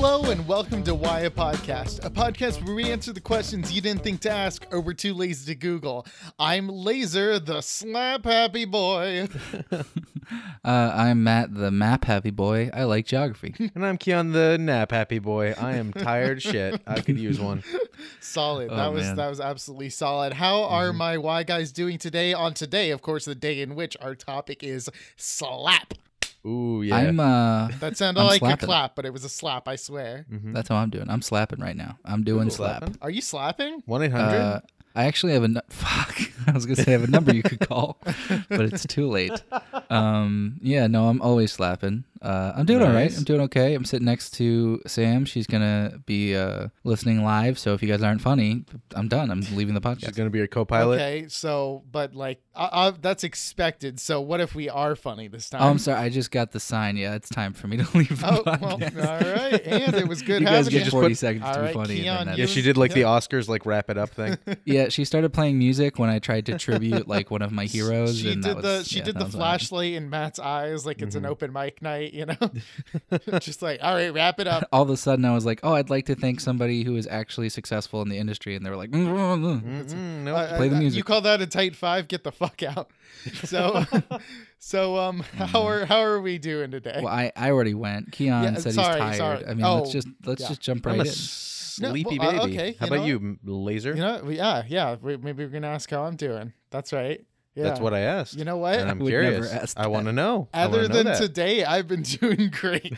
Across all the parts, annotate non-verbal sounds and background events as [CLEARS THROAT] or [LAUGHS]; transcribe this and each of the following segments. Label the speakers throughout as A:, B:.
A: welcome to Why a Podcast, a podcast where we answer the questions you didn't think to ask or were too lazy to Google. I'm Laser, the slap happy boy. [LAUGHS]
B: Uh, I'm Matt, the map happy boy. I
A: [LAUGHS]
B: like geography.
C: And I'm Keon the nap happy boy. I am tired shit. I could use one.
A: Solid. that
B: Oh,
A: was
B: man. Mm-hmm.
A: that was absolutely solid. How are my Why guys doing today? On today, of course, the day in which our topic is slap.
C: Ooh, yeah.
B: I'm uh,
A: [LAUGHS] That sounded
B: I'm
A: like a
B: slapping. Mm-hmm.
A: clap, but it was a slap, I swear.
B: that's how I'm doing. I'm slapping right now. I'm doing slap.
A: Are you slapping?
C: One eight
B: Uh,
C: hundred.
B: I actually have a nu- [LAUGHS] fuck. I was gonna say I have a number
A: [LAUGHS]
B: you could call, but it's too late. Um, yeah, no, I'm always slapping. Uh, I'm doing all right.
C: Nice.
B: I'm doing okay. I'm sitting next to Sam. She's gonna be uh listening live. So if you guys aren't funny, I'm done. I'm leaving the
C: She's
B: podcast.
C: gonna be your co-pilot.
A: Okay, so but like I, I, that's expected. So what if we are funny this time?
B: Oh, I'm sorry. I just got the sign. Yeah, it's time for me to [LAUGHS] leave. The
A: Oh, well, all
B: podcast.
A: right. And it
B: [LAUGHS]
A: was good
B: you guys
A: having
B: get
A: you.
B: 40 seconds to
A: All
B: be
A: right,
B: funny.
A: Keon,
B: and then
C: Yeah,
B: that's
C: she did like the Oscars like wrap it
A: [LAUGHS]
C: up thing.
B: Yeah, she started playing music when I tried to tribute like one of my
A: [LAUGHS]
B: heroes.
A: She
B: and
A: did
B: that
A: the
B: was,
A: she
B: yeah,
A: did
B: that
A: the
B: was Mm-hmm. what happened.
A: flashlight in Matt's eyes like it's an open mic night, you
B: [LAUGHS]
A: know. [LAUGHS] Just like, all right, wrap it up.
B: All of a sudden, I was like, "Oh, I'd like to thank somebody who is actually successful in the industry," and they were like, mm, "Mm-mm-mm."
C: Mm, no.
A: Uh,
B: Play the
A: uh, You
B: music.
A: call that a tight five? Get the fuck
B: [LAUGHS]
A: out. So, [LAUGHS] so um, how are how are we doing today?
B: Mm. "Well, I, I already went." Keon
A: Yeah,
B: said
A: sorry,
B: he's tired.
A: sorry.
B: I mean,
A: Oh,
B: let's just let's
A: yeah.
B: just jump right
C: I'm a
B: in.
A: No,
C: sleepy
A: well, uh,
C: baby.
A: okay,
C: How
A: you know
C: about you, m- laser?
A: You know, we- yeah, yeah. We, maybe we're gonna ask how I'm doing. That's right. Yeah.
C: That's what I asked.
A: You know what?
C: And
B: I
C: I'm
B: would
C: curious.
B: never ask
C: I want to know. I wanna
A: Other
C: know
A: than
C: that.
A: today, I've been [LAUGHS] doing great.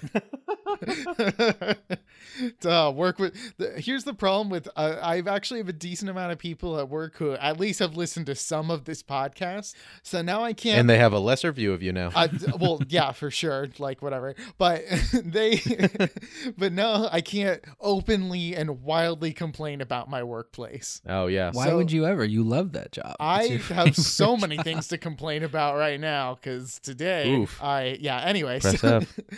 A: Duh, work with. The, here's the problem with. Uh, I've actually have a decent amount of people at work who at least have listened to some of this podcast. So now I can't.
C: And
A: [LAUGHS]
C: they have a lesser view of you now.
A: uh, d- well, yeah, for sure. Like whatever, but [LAUGHS] they, but no, I can't openly and wildly complain about my workplace.
C: oh yeah.
B: Why
A: so-
B: would you ever? You love that job. It's
A: I
B: your
A: have [LAUGHS] so
B: favorite
A: many
B: job.
A: things to complain about right now because today
C: Oof.
A: I yeah. Anyway,
C: Press
A: so
C: F.
A: [LAUGHS]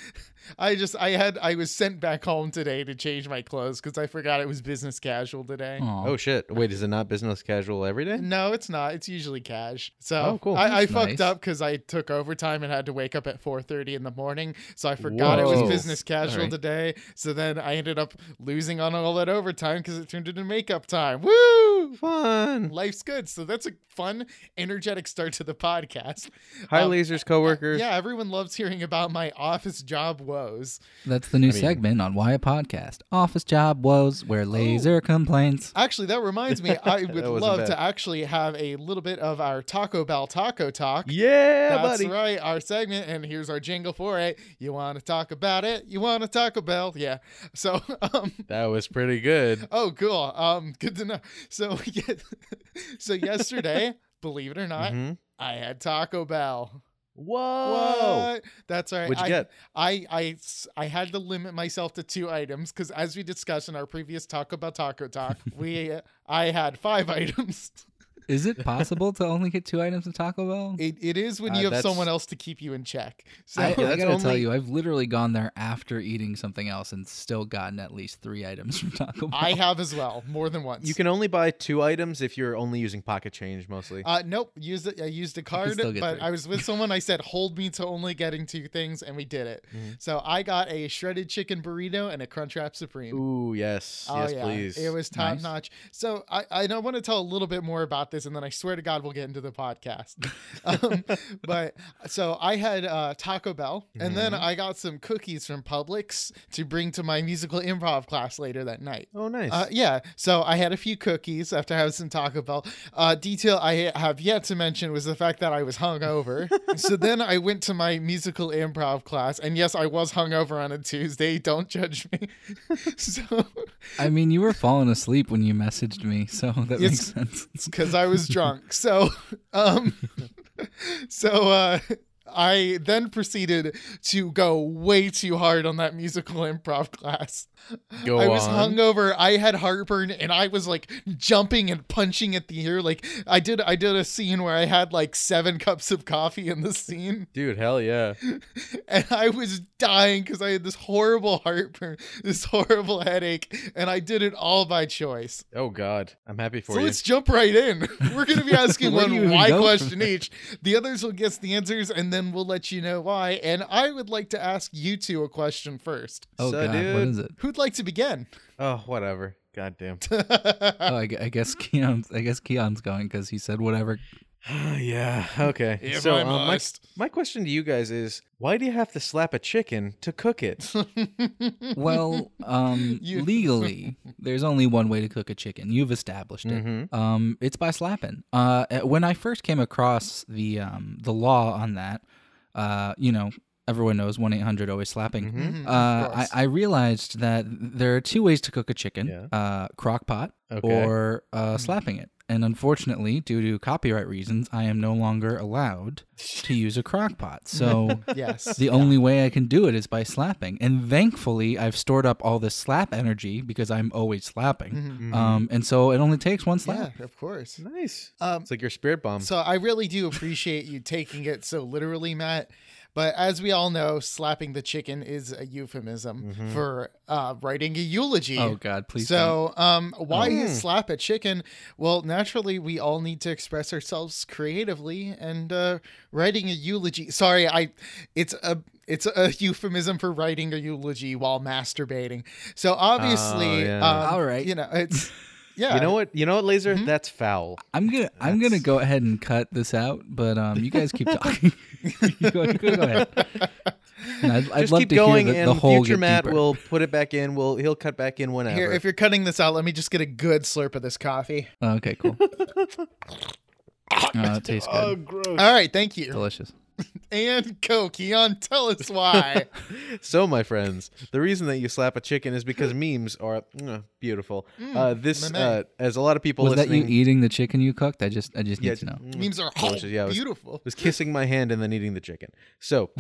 A: I just I had I was sent back home today to change my clothes because I forgot it was business casual today.
B: [LAUGHS] Aw.
C: Oh shit. Wait, is it not business casual every day?
A: No, it's not. It's usually cash. So
C: Oh, cool.
A: I, I
B: That's
A: fucked
B: nice.
A: up because I took overtime and had to wake up at 4:30 in the morning. So I forgot it was
C: Whoa.
A: business casual
B: Alright.
A: today. So then I ended up losing on all that overtime because it turned into makeup time. Woo!
C: Fun.
A: Life's good. So that's a fun, energetic start to the podcast.
C: Hi,
A: Um,
C: lasers coworkers.
A: Yeah, everyone loves hearing about my office job woes.
B: That's the new
C: mean-
B: segment on Why a Podcast: Office Job Woes,
A: Oh.
B: where Laser complains.
A: Actually, that reminds me, I would
C: [LAUGHS] That wasn't
A: love
C: bad.
A: to actually have a little bit of our Taco Bell Taco Talk.
C: Yeah,
A: That's
C: buddy.
A: right, our segment, and here's our jingle for it. You want to talk about it? You want to Taco Bell? Yeah. So, [LAUGHS] um,
C: That was pretty good.
A: oh, cool. Um, [LAUGHS] good to know. So, [LAUGHS] yeah, so
C: [LAUGHS]
A: yesterday, believe it or not,
C: Mhm.
A: I had Taco Bell.
C: Whoa.
A: What? That's right.
C: What'd you
A: I,
C: get?
A: I I s- I had to limit myself to two items because as we discussed in our previous Taco Bell Taco
C: [LAUGHS]
A: Talk, we I had five items.
B: Is [LAUGHS] it possible to only get two items at Taco Bell?
A: It, it is when
C: Uh,
A: you have
C: that's-
A: someone else to keep you in check. So
B: I, I
C: Yeah, that's
B: gotta tell
C: only-
B: you, I've literally gone there after eating something else and still gotten at least three items [LAUGHS] from Taco Bell.
A: [LAUGHS] I have as well, more than once.
C: You can only buy two items if you're only using pocket change mostly.
A: Uh, nope. Used it. I used a card,
B: still get
A: but
B: three.
A: I was
C: [LAUGHS]
A: with someone. I said, "Hold me to only getting two things," and we did it.
C: Mhm.
A: So I got a shredded chicken burrito and a Crunchwrap Supreme.
C: Ooh, yes. yes, please.
A: Oh, It was top
B: Nice.
A: notch. So I, I know I want to tell a little bit more about this, and then I swear to God we'll get into the podcast.
C: [LAUGHS]
A: um, but so I had uh, Taco Bell, and then
C: Mhm.
A: I got some cookies from Publix to bring to my musical improv class later that night.
C: oh, nice.
A: Uh, yeah, so I had a few cookies after having some Taco Bell. Uh, detail I have yet to mention was the fact that I was
C: [LAUGHS]
A: hungover. so then I went to my musical improv class, and yes, I was hungover on a Tuesday. Don't judge me. [LAUGHS] so
B: I mean, you were falling asleep when you messaged me, so [LAUGHS] that
A: Yes. [LAUGHS]
B: makes sense.
A: because I was drunk. So, um, [LAUGHS] so uh, I then proceeded to go way too hard on that musical improv class.
C: Go
A: I was
C: on.
A: hungover. I had heartburn, and I was like jumping and punching at the air. Like I did. I did a scene where I had like seven cups of coffee in the scene, [LAUGHS]
C: Dude, hell yeah.
A: and I was dying because I had this horrible heartburn, this horrible headache, and I did it all by choice.
C: Oh, God. I'm happy for
A: So
C: you.
A: let's
B: [LAUGHS]
A: jump right in. [LAUGHS] We're going to be asking
B: Where do you
A: one
B: even
A: why
B: go from [LAUGHS]
A: question each. The others will guess the answers, and then and we'll let you know why. And I would like to ask you two a question first.
B: Oh
C: So,
B: god, what
C: dude-
B: is it?
A: Who'd like to begin? [LAUGHS]
C: Oh, whatever. Goddamn. [SIGHS]
B: Oh, I, gu- I guess Keon's. I guess Keon's going because he said whatever.
C: yeah. Okay.
A: If
C: so
A: I
B: uh,
C: um, my,
A: must. [LAUGHS]
C: my question to you guys is, why do you have to slap a chicken to cook it?
B: Mm-hmm.
A: [LAUGHS]
B: Well, um,
A: You-
B: legally, there's only one way to cook a chicken. You've established it.
C: Mhm.
A: Mm-hmm.
B: Um, it's by slapping. Uh, uh, when I first came across the um, the law on that, uh, you know, everyone knows one eight hundred always slapping.
C: Mhm.
A: Mhm, of
B: Uh, I,
A: course.
B: I realized that there are two ways to cook a chicken:
C: Yeah.
B: uh, crock pot
C: Okay.
B: or
A: Mm-hmm.
B: uh, slapping it. And unfortunately, due to copyright reasons, I am no longer allowed
A: [LAUGHS]
B: to use a crock pot. So
A: yes.
B: the only way I can do it is by slapping. And thankfully, I've stored up all this slap energy because I'm always slapping. Um, and so it only takes one
A: Mm-hmm. yeah,
B: slap.
A: of course.
C: Mm-hmm. Nice.
A: Um,
C: It's like your spirit bomb.
A: So I really do appreciate you taking it so literally, Matt. But as we all know, slapping the chicken is a euphemism for uh, writing a eulogy.
B: Mm-hmm. Oh God, please.
A: so, um, why
C: Oh.
A: slap a chicken? Well, naturally, we all need to express ourselves creatively, and uh, writing a eulogy. Sorry, I. It's a it's a euphemism for writing a eulogy while masturbating. So obviously,
C: Oh, yeah.
A: um,
B: All right.
A: you know
C: [LAUGHS]
A: it's. Yeah, Mm-hmm.
C: you know what? You know what, Laser? That's foul.
B: I'm gonna I'm gonna
C: That's-
B: go ahead and cut this out, but um, you guys
C: [LAUGHS]
B: keep talking. [LAUGHS] You go, you go ahead. And I'd, I'd
C: Just
B: love
C: keep
B: to
C: going,
B: hear the,
C: and
B: the whole
C: future
B: get
C: Matt
B: deeper.
C: will put it back in. Will he'll cut back in whenever.
A: Here, if you're cutting this out, let me just get a good slurp of this coffee.
B: Okay,
C: [LAUGHS]
B: cool. oh, it tastes good,
C: gross.
A: All right, thank you.
C: [LAUGHS]
B: delicious.
A: And go, Keon, tell us why.
C: So, my friends, the reason that you slap a chicken is because memes are mwah, beautiful.
A: Mm,
C: uh, this,
A: meme.
C: uh, as a lot of people
B: Was that
C: listening,
B: you eating the chicken you cooked? I just I just need
C: yeah,
B: to know.
C: mwah,
A: Memes are
C: Delicious, yeah, it was-
A: beautiful.
C: was kissing my hand and then eating the chicken. So,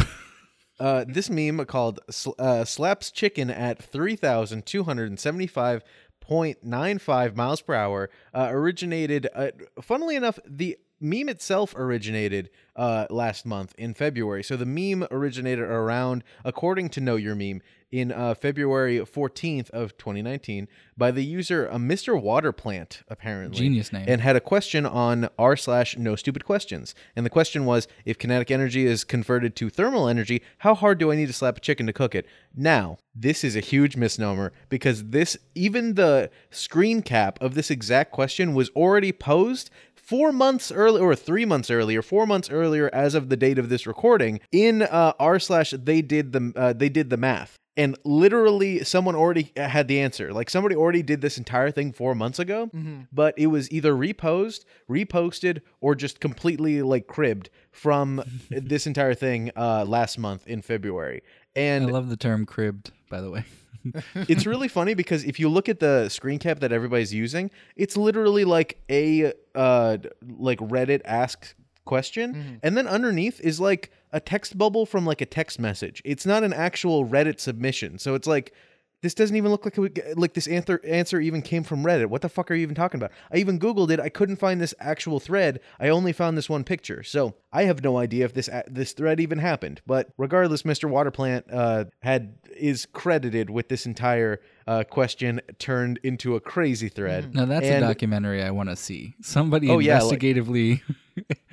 C: uh, this meme called sl- uh, slaps chicken at three thousand two hundred and seventy-five point nine five miles per hour uh, originated. Uh, funnily enough, the meme itself originated uh, last month in February. So the meme originated around, according to Know Your Meme, in uh, February 14th of 2019 by the user uh, Mr. Water Plant, apparently.
B: Genius name.
C: And had a question on r slash no stupid questions. And the question was, if kinetic energy is converted to thermal energy, how hard do I need to slap a chicken to cook it? Now, this is a huge misnomer because this, even the screen cap of this exact question was already posed four months earlier or three months earlier four months earlier as of the date of this recording in uh, r slash they did the uh, they did the math and literally someone already had the answer like somebody already did this entire thing four months ago but it was either reposed reposted or just completely like cribbed from this entire thing uh, last month in february
B: I
C: and
B: love the term cribbed, by the way. [LAUGHS]
C: it's really funny because if you look at the screen cap that everybody's using, it's literally like a uh like Reddit ask question and then underneath is like a text bubble from like a text message. It's not an actual Reddit submission. So it's like this doesn't even look like it would, like this answer answer even came from Reddit. What the fuck are you even talking about? I even googled it. I couldn't find this actual thread. I only found this one picture. So I have no idea if this a- this thread even happened. But regardless, Mr. Waterplant uh, had is credited with this entire uh, question turned into a crazy thread.
B: Now that's
C: And
B: a documentary I want to see. Somebody
C: Oh, yeah, like-
B: investigatively. [LAUGHS]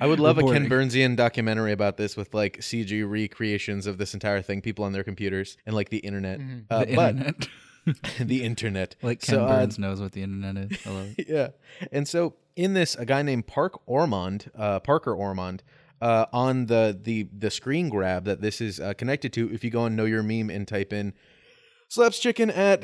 C: I would love a
B: reporting.
C: Ken Burnsian documentary about this with like CG recreations of this entire thing, people on their computers and like the internet. Uh,
B: Mm-hmm. the
C: but
B: internet. [LAUGHS]
C: [LAUGHS] the internet,
B: like Ken
C: So, uh,
B: Burns knows what the internet is. I love it.
C: [LAUGHS] yeah. And so in this, a guy named Park Ormond, uh, Parker Ormond, uh, on the the the screen grab that this is uh, connected to, if you go on Know Your Meme and type in slaps chicken at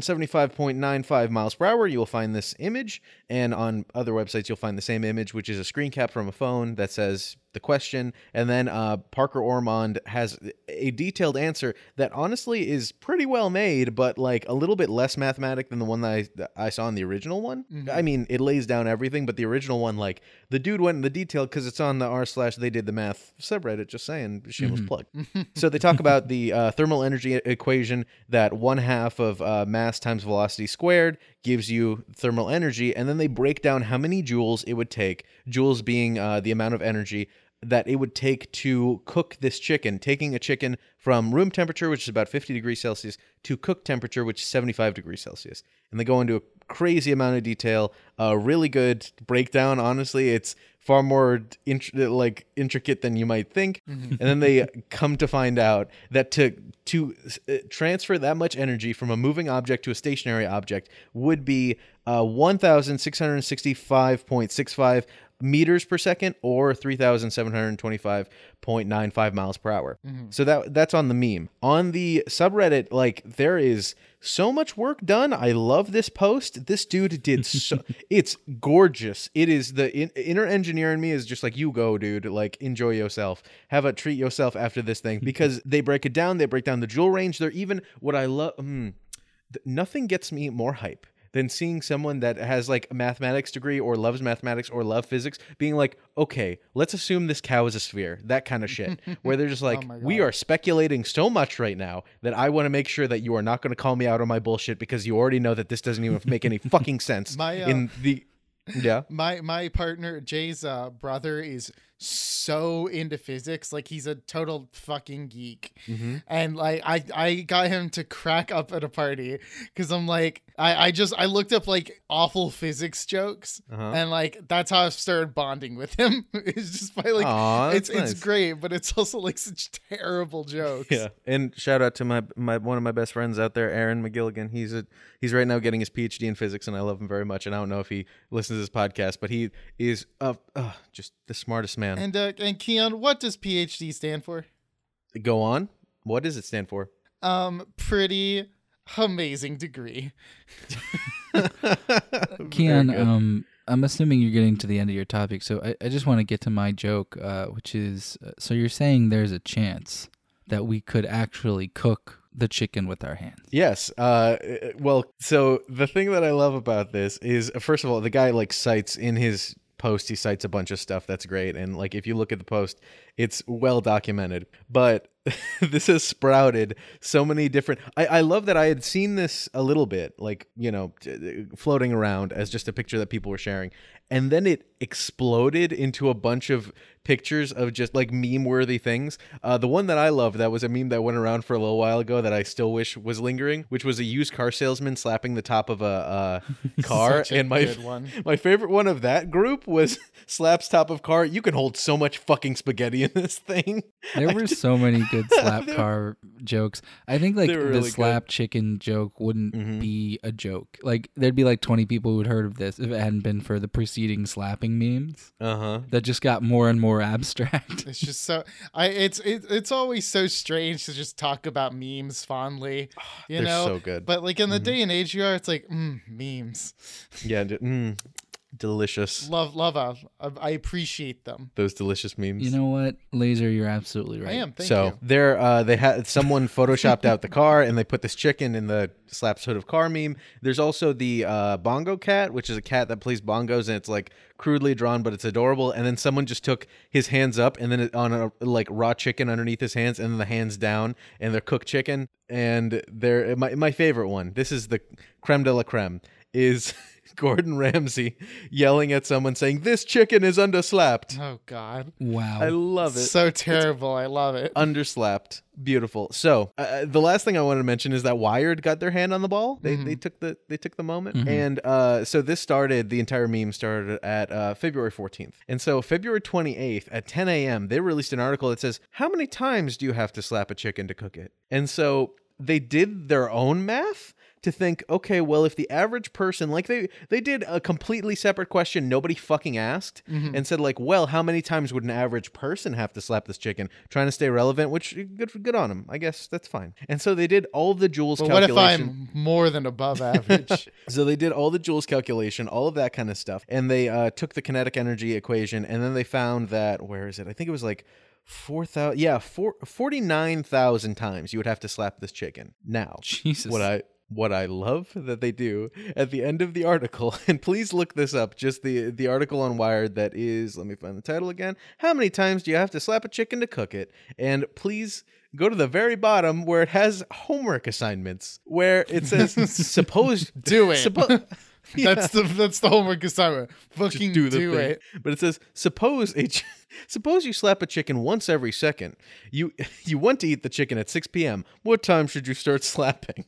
C: 3275.95 miles per hour you will find this image and on other websites you'll find the same image which is a screen cap from a phone that says the question and then uh, parker ormond has a detailed answer that honestly is pretty well made but like a little bit less mathematic than the one that i, that I saw in the original one i mean it lays down everything but the original one like the dude went in the detail because it's on the r slash they did the math subreddit just saying shameless plug so they talk about the uh, thermal energy e- equation that one half of uh, mass times velocity squared gives you thermal energy, and then they break down how many joules it would take, joules being uh, the amount of energy that it would take to cook this chicken, taking a chicken from room temperature, which is about 50 degrees Celsius, to cook temperature, which is 75 degrees Celsius. And they go into a crazy amount of detail, a really good breakdown. Honestly, it's far more int- like intricate than you might think. And then they come to find out that to to uh, transfer that much energy from a moving object to a stationary object would be uh, 1,665.65 meters per second or 3725.95 miles per hour. So that that's on the meme. On the subreddit like there is so much work done. I love this post. This dude did so it's gorgeous. It is the in, inner engineer in me is just like you go dude, like enjoy yourself. Have a treat yourself after this thing because they break it down, they break down the jewel range. They're even what I love mm, th- nothing gets me more hype than seeing someone that has like a mathematics degree or loves mathematics or love physics being like, okay, let's assume this cow is a sphere, that kind
A: [LAUGHS]
C: of shit. Where they're just like,
A: Oh my God.
C: we are speculating so much right now that I want to make sure that you are not going to call me out on my bullshit because you already know that this doesn't even make any
A: [LAUGHS]
C: fucking sense
A: My, uh,
C: in the
A: [LAUGHS]
C: yeah.
A: my my partner Jay's uh, brother is so into physics, like he's a total fucking geek,
C: mm-hmm,
A: and like I I got him to crack up at a party because I'm like I I just I looked up like awful physics jokes,
C: Uh-huh.
A: and like that's how I started bonding with him. [LAUGHS] it's just by like
C: Aw, that's
A: it's it's
C: nice.
A: great, but it's also like such terrible jokes.
C: Yeah, and shout out to my my one of my best friends out there, Aaron McGilligan. He's a he's right now getting his PhD in physics, and I love him very much. And I don't know if he listens to this podcast, but he is uh, uh, just the smartest man.
A: And uh, and Keon, what does PhD stand for?
C: Go on. What does it stand for?
A: Um, pretty amazing degree.
B: Keon, um, I'm assuming you're getting to the end of your topic, so I, I just want to get to my joke, uh, which is uh, so you're saying there's a chance that we could actually cook the chicken with our hands.
C: Yes. Uh, well, so the thing that I love about this is, uh, first of all, the guy like cites in his post, he cites a bunch of stuff that's great, and like if you look at the post, it's well documented. But [LAUGHS] this has sprouted so many different. I, I love that I had seen this a little bit, like you know, t- uh, floating around as just a picture that people were sharing, and then it exploded into a bunch of pictures of just like meme worthy things. Uh, the one that I love that was a meme that went around for a little while ago that I still wish was lingering, which was a used car salesman slapping the top of a uh,
A: [LAUGHS]
C: car.
A: Such a
C: and my
A: good one.
C: [LAUGHS] my favorite one of that group was [LAUGHS] slaps top of car. You can hold so much fucking spaghetti in this thing. [LAUGHS]
B: There were so many good slap car jokes. I think like
C: They were
B: the
C: really good. Mm-hmm.
B: slap chicken joke wouldn't be a joke. Like there'd be like 20 people who had heard of this if it hadn't been for the preceding slapping memes
C: Uh huh.
B: that just got more and more [LAUGHS] abstract.
A: It's just so I it's it, it's always so strange to just talk about memes
C: [SIGHS]
A: fondly, you
C: They're
A: know.
C: so good. Mm-hmm.
A: But like in the day and age you are, it's like mm, memes.
C: Yeah. d- Mm, delicious.
A: Love love uh, I appreciate them.
C: Those delicious memes.
B: you know what, Laser? You're absolutely right.
A: I am. Thank
C: so
A: you.
C: there, uh, they had someone photoshopped out the car, and they put this chicken in the slaps hood of car meme. There's also the uh, bongo cat, which is a cat that plays bongos, and it's like crudely drawn, but it's adorable. And then someone just took his hands up, and then it, on a like raw chicken underneath his hands, and then the hands down, and they're cooked chicken. And they're uh, my my favorite one. This is the creme de la creme. Is [LAUGHS] Gordon Ramsay yelling at someone saying this chicken is underslapped?
A: Oh God,
B: Wow.
C: I love it
A: so terrible. I love it.
C: [LAUGHS] underslapped beautiful so uh, the last thing i wanted to mention is that wired got their hand on the ball they, they took the they took the moment and uh, so this started the entire meme started at uh, february 14th and so february 28th at 10 a.m they released an article that says how many times do you have to slap a chicken to cook it and so they did their own math to think okay well if the average person like they they did a completely separate question nobody fucking asked
A: Mm-hmm.
C: and said like well how many times would an average person have to slap this chicken trying to stay relevant which good good on them i guess that's fine and so they did all the joules
A: But what if
C: calculation
A: I'm more than
C: [LAUGHS]
A: above average?
C: so they did all the joules calculation, all of that kind of stuff, and they uh, took the kinetic energy equation, and then they found that where is it? I think it was like four thousand, yeah, four, 49,000 times you would have to slap this chicken. Now,
B: Jesus.
C: what I what I love that they do at the end of the article, [LAUGHS] and please look this up. Just the the article on Wired that is. Let me find the title again. How many times do you have to slap a chicken to cook it? And please go to the very bottom where it has homework assignments, where it says supposed
A: Do it.
C: suppo- [LAUGHS]
A: That's the that's the homework assignment. Fucking do, it.
C: But it says suppose a ch- [LAUGHS] suppose you slap a chicken once every second. You [LAUGHS] you want to eat the chicken at 6 p.m. What time should you start [LAUGHS] slapping?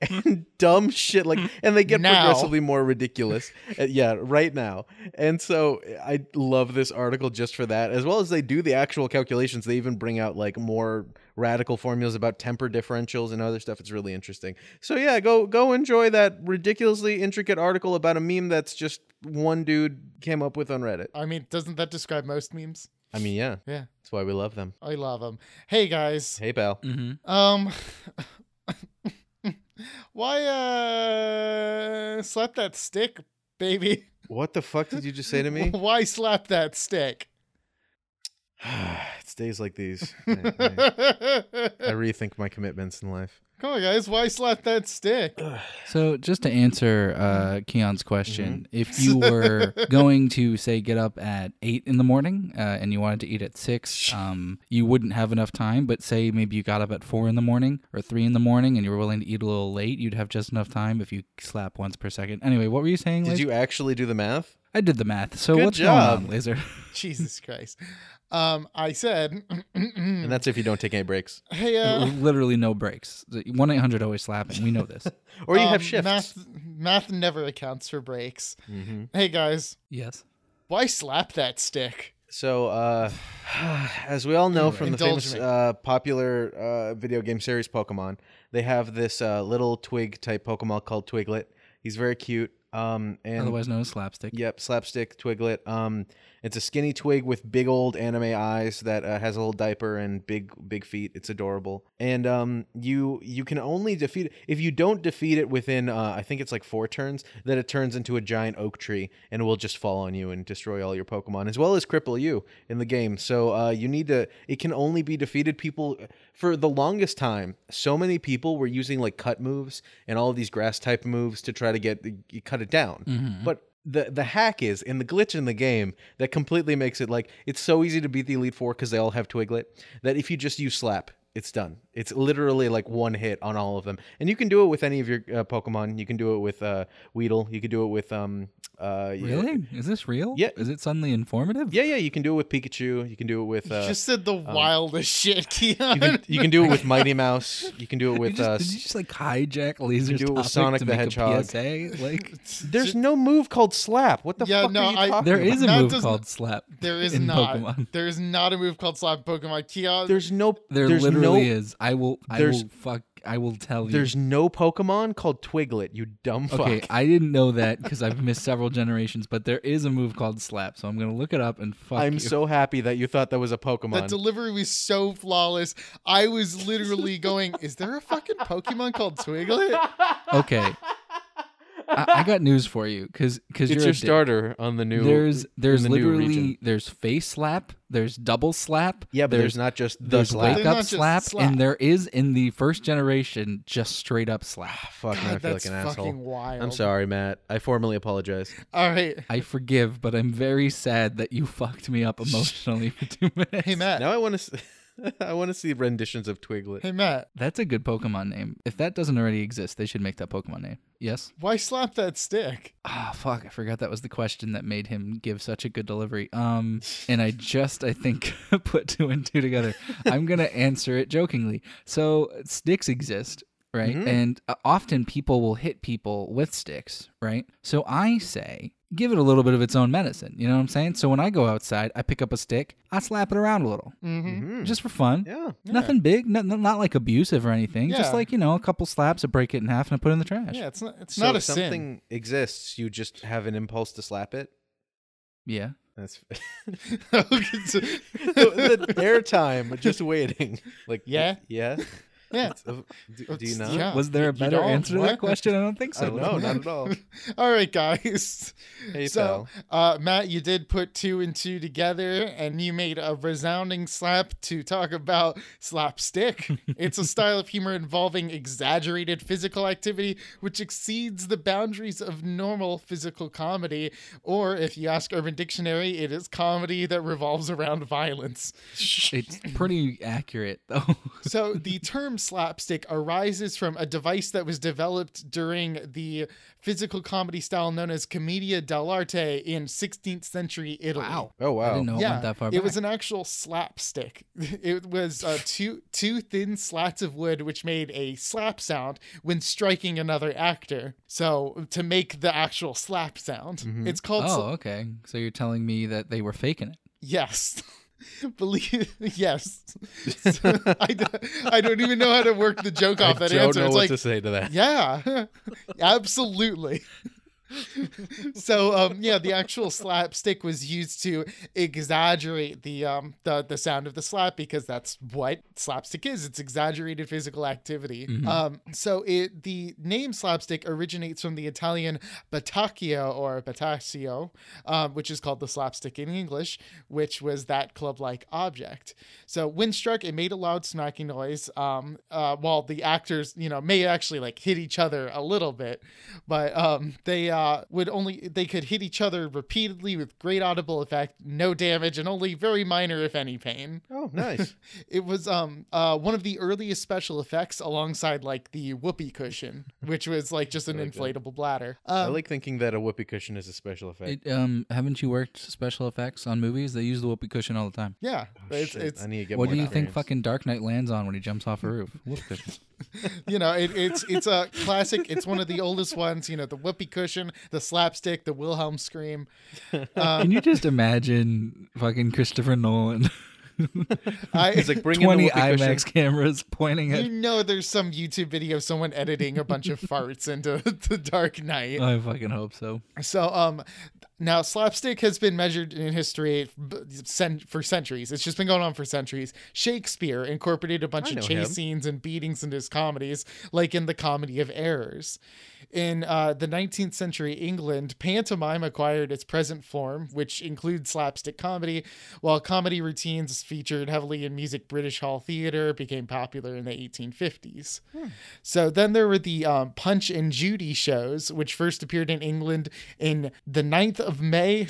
C: And dumb shit like and they get
A: Hmm. Now.
C: progressively more ridiculous. Uh, yeah, right now. And so I love this article just for that. As well as they do the actual calculations, they even bring out like more radical formulas about temper differentials and other stuff. It's really interesting. So yeah, go go enjoy that ridiculously intricate article about a meme that's just one dude came up with on Reddit.
A: I mean, doesn't that describe most memes?
C: I mean, yeah,
A: Yeah,
C: that's why we love them.
A: I love them. Hey guys,
C: Hey, pal.
B: Mm-hmm.
A: um, [LAUGHS] why uh slap that stick, baby?
C: What the fuck did you just say to [LAUGHS]
A: [LAUGHS]
C: me? [SIGHS]
A: why slap that stick?
C: it's days like [LAUGHS] these. I, I-
A: [LAUGHS]
C: I
A: Come
C: rethink my commitments in life.
A: on, guys, why slap that stick?
B: So, just to answer
C: Mm-hmm.
B: uh, Keon's question, if you
C: [LAUGHS]
B: were going to say get up at eight in the morning uh, and you wanted to eat at six, um, you wouldn't have enough time. But say maybe you got up at four in the morning or three in the morning, and you were willing to eat a little late, you'd have just enough time if you slap once per second. Anyway, what were you saying?
C: Did
B: Laser?
C: you actually do the math?
B: I did the math. So
C: Good
B: what's
C: job.
B: going on, Laser? [LAUGHS]
A: Jesus Christ. Um, I said,
C: And
A: Hmm.
C: that's if you don't take any breaks,
A: hey, uh,
B: Literally no breaks. One eight hundred always slapping. We know
C: [LAUGHS]
B: this.
C: or you have
A: um,
C: shifts.
A: Math, math never accounts for breaks.
C: Mhm.
A: Hey guys,
B: yes.
A: why slap that stick?
C: So, uh, [SIGHS] as we all know from the
A: Indulge
C: famous
A: me.
C: uh, popular uh, video game series Pokemon, they have this uh, little twig type Pokemon called Twiglet. He's very cute. Um, and
B: Otherwise known as slapstick.
C: Yep, slapstick twiglet. Um, it's a skinny twig with big old anime eyes that uh, has a little diaper and big big feet. It's adorable. And um, you you can only defeat it if you don't defeat it within uh, I think it's like four turns. Then it turns into a giant oak tree and will just fall on you and destroy all your Pokemon as well as cripple you in the game. So uh, you need to. It can only be defeated. People for the longest time, so many people were using like cut moves and all of these grass type moves to try to get cut it down.
B: Mhm.
C: But the the hack is and the glitch in the game that completely makes it like it's so easy to beat the Elite Four because they all have Twiglet that if you just use Slap, it's done. It's literally like one hit on all of them, and you can do it with any of your uh, Pokemon. You can do it with uh, Weedle. You can do it with um. Uh, yeah-
B: Really? Is this real?
C: Yeah.
B: Is it suddenly informative?
C: Yeah, yeah. You can do it with Pikachu. You can do it with.
A: You
C: Uh,
A: just said the wildest shit, [LAUGHS] Keon.
C: you, can, you can do
B: [LAUGHS]
C: it with Mighty Mouse. You can do it with.
B: you just,
C: uh,
B: did you just like hijack Laser's
C: do it with
B: topic
C: Sonic
B: to
C: the
B: make
C: Hedgehog.
B: a
C: [LAUGHS]
B: PSA? Like
C: there's no move called Slap. What the
A: Yeah,
C: fuck
A: no,
C: are you
A: I-
C: talking
B: there
C: about?
B: is a
A: That
B: move
A: doesn't-
B: called slap.
A: there is
B: in
A: not.
B: Pokemon.
A: There is not a move called slap Pokemon. Keon,
C: There's no.
B: There
C: there's no
B: literally is. I will I
C: there's-
B: will fuck I will tell you.
C: There's no Pokemon called Twiglet, you dumb fuck.
B: Okay, I didn't know that because I've missed several generations, but there is a move called slap, so I'm gonna look it up and fuck
C: I'm
B: you.
C: so [LAUGHS] happy that you thought that was a
A: that
C: Pokemon.
A: delivery was so flawless. I was literally going, "Is there a fucking Pokemon called
C: [LAUGHS]
A: Twiglet?"
B: okay. I, I got news for you because because
C: it's
B: you're
C: your
B: a dick.
C: starter on the new.
B: There's there's
C: the new region.
B: literally there's face slap, there's double slap,
C: yeah, but there's, not just the
B: there's
C: slap.
A: They're
B: wake
A: not
B: up
A: just
B: slap,
A: slap.
B: and there is in the first generation just straight up slap.
C: Fuck, now I
A: God,
C: feel like
A: that's
C: an
A: fucking
C: asshole.
A: wild.
C: I'm sorry, Matt. I
A: [LAUGHS]
C: formally apologize.
A: All right,
B: I forgive, but I'm very sad that you [LAUGHS] fucked me up emotionally for two minutes.
A: hey Matt.
C: Now I want to. [LAUGHS] I want to see renditions of Twiglet.
A: Hey Matt.
B: That's a good Pokemon name. If that doesn't already exist, they should make that Pokemon name. Yes?
A: Why slap that stick?
B: Ah, fuck. I forgot that was the question that made him give such a good delivery. Um, and I just, I think, [LAUGHS] put two and two together. I'm going to answer it jokingly. So, sticks exist, right?
A: Mm-hmm.
B: And uh, often people will hit people with sticks, right? So, I say, give it a little bit of its own medicine. You know what I'm saying? So, when I go outside, I pick up a stick, I slap it around a little
A: Mm-hmm.
C: Mhm.
B: just for fun.
C: Yeah.
B: Nothing big, not, not like abusive or anything. Just
A: Yeah.
B: like you know, a couple slaps, I break it in half, and I put it in the trash.
A: Yeah, it's not. It's
C: So
A: not a
C: if something
A: sin.
C: exists, you just have an impulse to slap it.
B: Yeah.
C: That's
A: [LAUGHS]
C: [LAUGHS]
A: [LAUGHS] Okay, so-
C: the, the airtime, just waiting. [LAUGHS] Like
A: Yeah?
C: yeah. [LAUGHS]
A: yeah.
C: It's a- do, do you
A: It's-
C: know?
A: yeah.
B: Was there a
A: You
B: better
A: don't?
B: answer to
A: What?
B: that question? I don't think
C: I
B: so.
C: don't know,
B: [LAUGHS]
C: not
A: [LAUGHS]
C: at all.
A: [LAUGHS] All right, guys.
C: Hey,
A: so, uh, Matt, you did put two and two together, and you made a resounding slap to talk about slapstick. it's a style of humor involving exaggerated physical activity, which exceeds the boundaries of normal physical comedy. Or, if you ask Urban Dictionary, it is comedy that revolves around violence.
C: [LAUGHS]
B: It's pretty accurate though.
A: So the term slapstick arises from a device that was developed during the physical comedy style known as commedia dell'arte in 16th century Italy.
D: Wow.
C: Oh
B: I
C: wow.
B: didn't know it
A: yeah,
B: went that far
A: it
B: back.
A: was an actual slapstick. [LAUGHS] It was uh, two two thin slats of wood which made a slap sound when striking another actor. So to make the actual slap sound,
C: Mm-hmm.
A: it's called sla-
B: oh, okay. So you're telling me that they were faking it.
A: Yes. [LAUGHS] Believe [LAUGHS] yes.
C: [LAUGHS]
A: [LAUGHS] So, I, d- I don't even know how to work the joke off that
C: don't
A: answer.
C: know
A: It's
C: what
A: like
C: to say
A: [LAUGHS]
C: to that.
A: yeah, absolutely. [LAUGHS] so um, yeah, the actual slapstick was used to exaggerate the um the the sound of the slap because that's what slapstick is. It's exaggerated physical activity. Um, so it the name slapstick originates from the Italian batacchio or bataccio, um, which is called the slapstick in English, which was that club-like object. So when struck, it made a loud smacking noise. Um, uh, while the actors, you know, may actually like hit each other a little bit, but um, they uh, would only they could hit each other repeatedly with great audible effect, no damage, and only very minor, if any, pain.
C: Oh, nice.
A: It was um uh, one of the earliest special effects, alongside like the whoopee cushion, which was like just an inflatable bladder.
C: [LAUGHS] I
A: Um,
C: like thinking that a whoopee cushion is a special effect.
B: It, um, haven't you worked special effects on movies? They use the whoopee cushion all the time.
A: Um, yeah, it's,
C: Oh, Shit,
A: it's
C: I need to get
B: What
C: more
B: do you think
C: experience.
B: fucking Dark Knight lands on when he jumps off a [LAUGHS] roof? Whoopee cushion.
A: you know, it, it's it's a classic. It's one of the oldest ones. You know, the whoopee cushion, the slapstick, the Wilhelm scream.
C: Uh,
B: Can you just imagine fucking Christopher [LAUGHS] Nolan?
A: I
C: He's like, bring in the
B: Twenty
C: whoopee cushion.
B: IMAX cameras pointing
A: you
B: at.
A: know, there's some YouTube video of someone editing a bunch of farts into [LAUGHS] the Dark Knight.
B: [LAUGHS] I fucking hope so.
A: So, um, now slapstick has been measured in history b- cen- for centuries. It's just been going on for centuries. Shakespeare incorporated a bunch
C: I
A: of
C: know
A: chase
C: him.
A: scenes and beatings into his comedies, like in the Comedy of Errors. In uh, the 19th century England, pantomime acquired its present form, which includes slapstick comedy, while comedy routines featured heavily in music. British Hall Theater became popular in the 1850s.
C: Hmm.
A: So then there were the um, Punch and Judy shows, which first appeared in England in the 9th of May,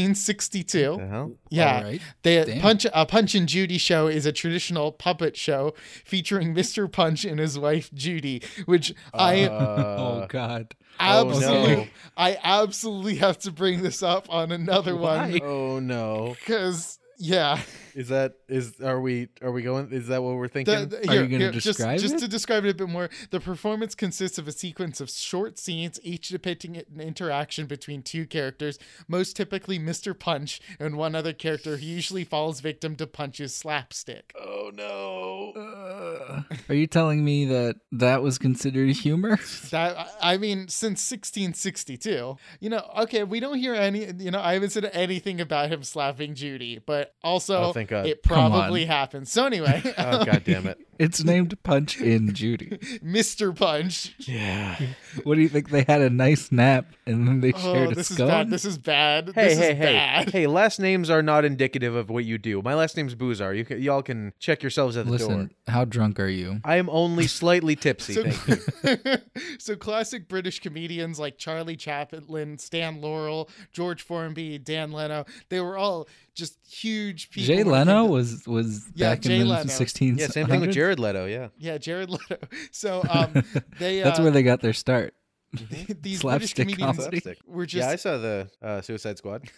A: 1662.
C: The hell?
A: Yeah,
B: Alright.
A: the
B: Damn.
A: Punch a Punch and Judy show is a traditional puppet show featuring [LAUGHS] Mr. Punch and his wife Judy, which I
B: Uh,
C: Uh,
A: [LAUGHS]
B: oh God.
A: absolutely,
C: no.
A: I absolutely have to bring this up on another one
B: Why?
C: Oh no.
A: because yeah,
C: Is that is are we are we going is that what we're
A: the,
C: thinking?
A: the-
B: Are you gonna
A: just-
B: describe
A: just,
B: it?
A: to describe it a bit more, the performance consists of a sequence of short scenes, each depicting an interaction between two characters, most typically Mr. Punch and one other character who usually falls victim to Punch's slapstick.
C: oh
A: [LAUGHS]
C: no.
B: Are you telling me that that was considered
C: [LAUGHS]
B: humor?
A: That I- I mean, since 1662, you know, okay, we don't hear any, you know, I haven't said anything about him slapping Judy, but also
C: Oh, thank God.
A: it
B: Come on.
A: probably happened. So
B: [LAUGHS]
A: anyway, [LAUGHS]
C: Oh god damn it.
B: It's named Punch in Judy.
A: Mr. Punch.
C: Yeah.
B: What do you think? They had a nice nap and then they shared
A: Oh,
B: a
A: this is
B: scone?
A: bad. This is bad.
C: Hey,
A: this
C: hey,
A: is
C: hey.
A: bad.
C: Hey, last names are not indicative of what you do. My last name's Boozar. You can, y'all can check yourselves at the
B: Listen,
C: door.
B: how drunk are you?
C: I am only slightly tipsy,
A: So- [LAUGHS]
C: thank you.
A: so classic British comedians like Charlie Chaplin, Stan Laurel, George Formby, Dan Leno, they were all just huge people.
B: Jay
A: when it came
B: Leno
A: to-
B: was was
A: Yeah,
B: back
A: Jay
B: in the
A: Leno.
B: 16th.
C: Yeah, same thing with
B: [LAUGHS]
C: Jared Leto, yeah.
A: yeah, Jared Leto. So um, they uh,
B: That's where they got
A: [LAUGHS]
B: their start.
A: these British
B: slapstick
A: comedians
B: comedy.
C: Slapstick.
A: were
C: Yeah, I
A: just
C: saw the uh, Suicide Squad.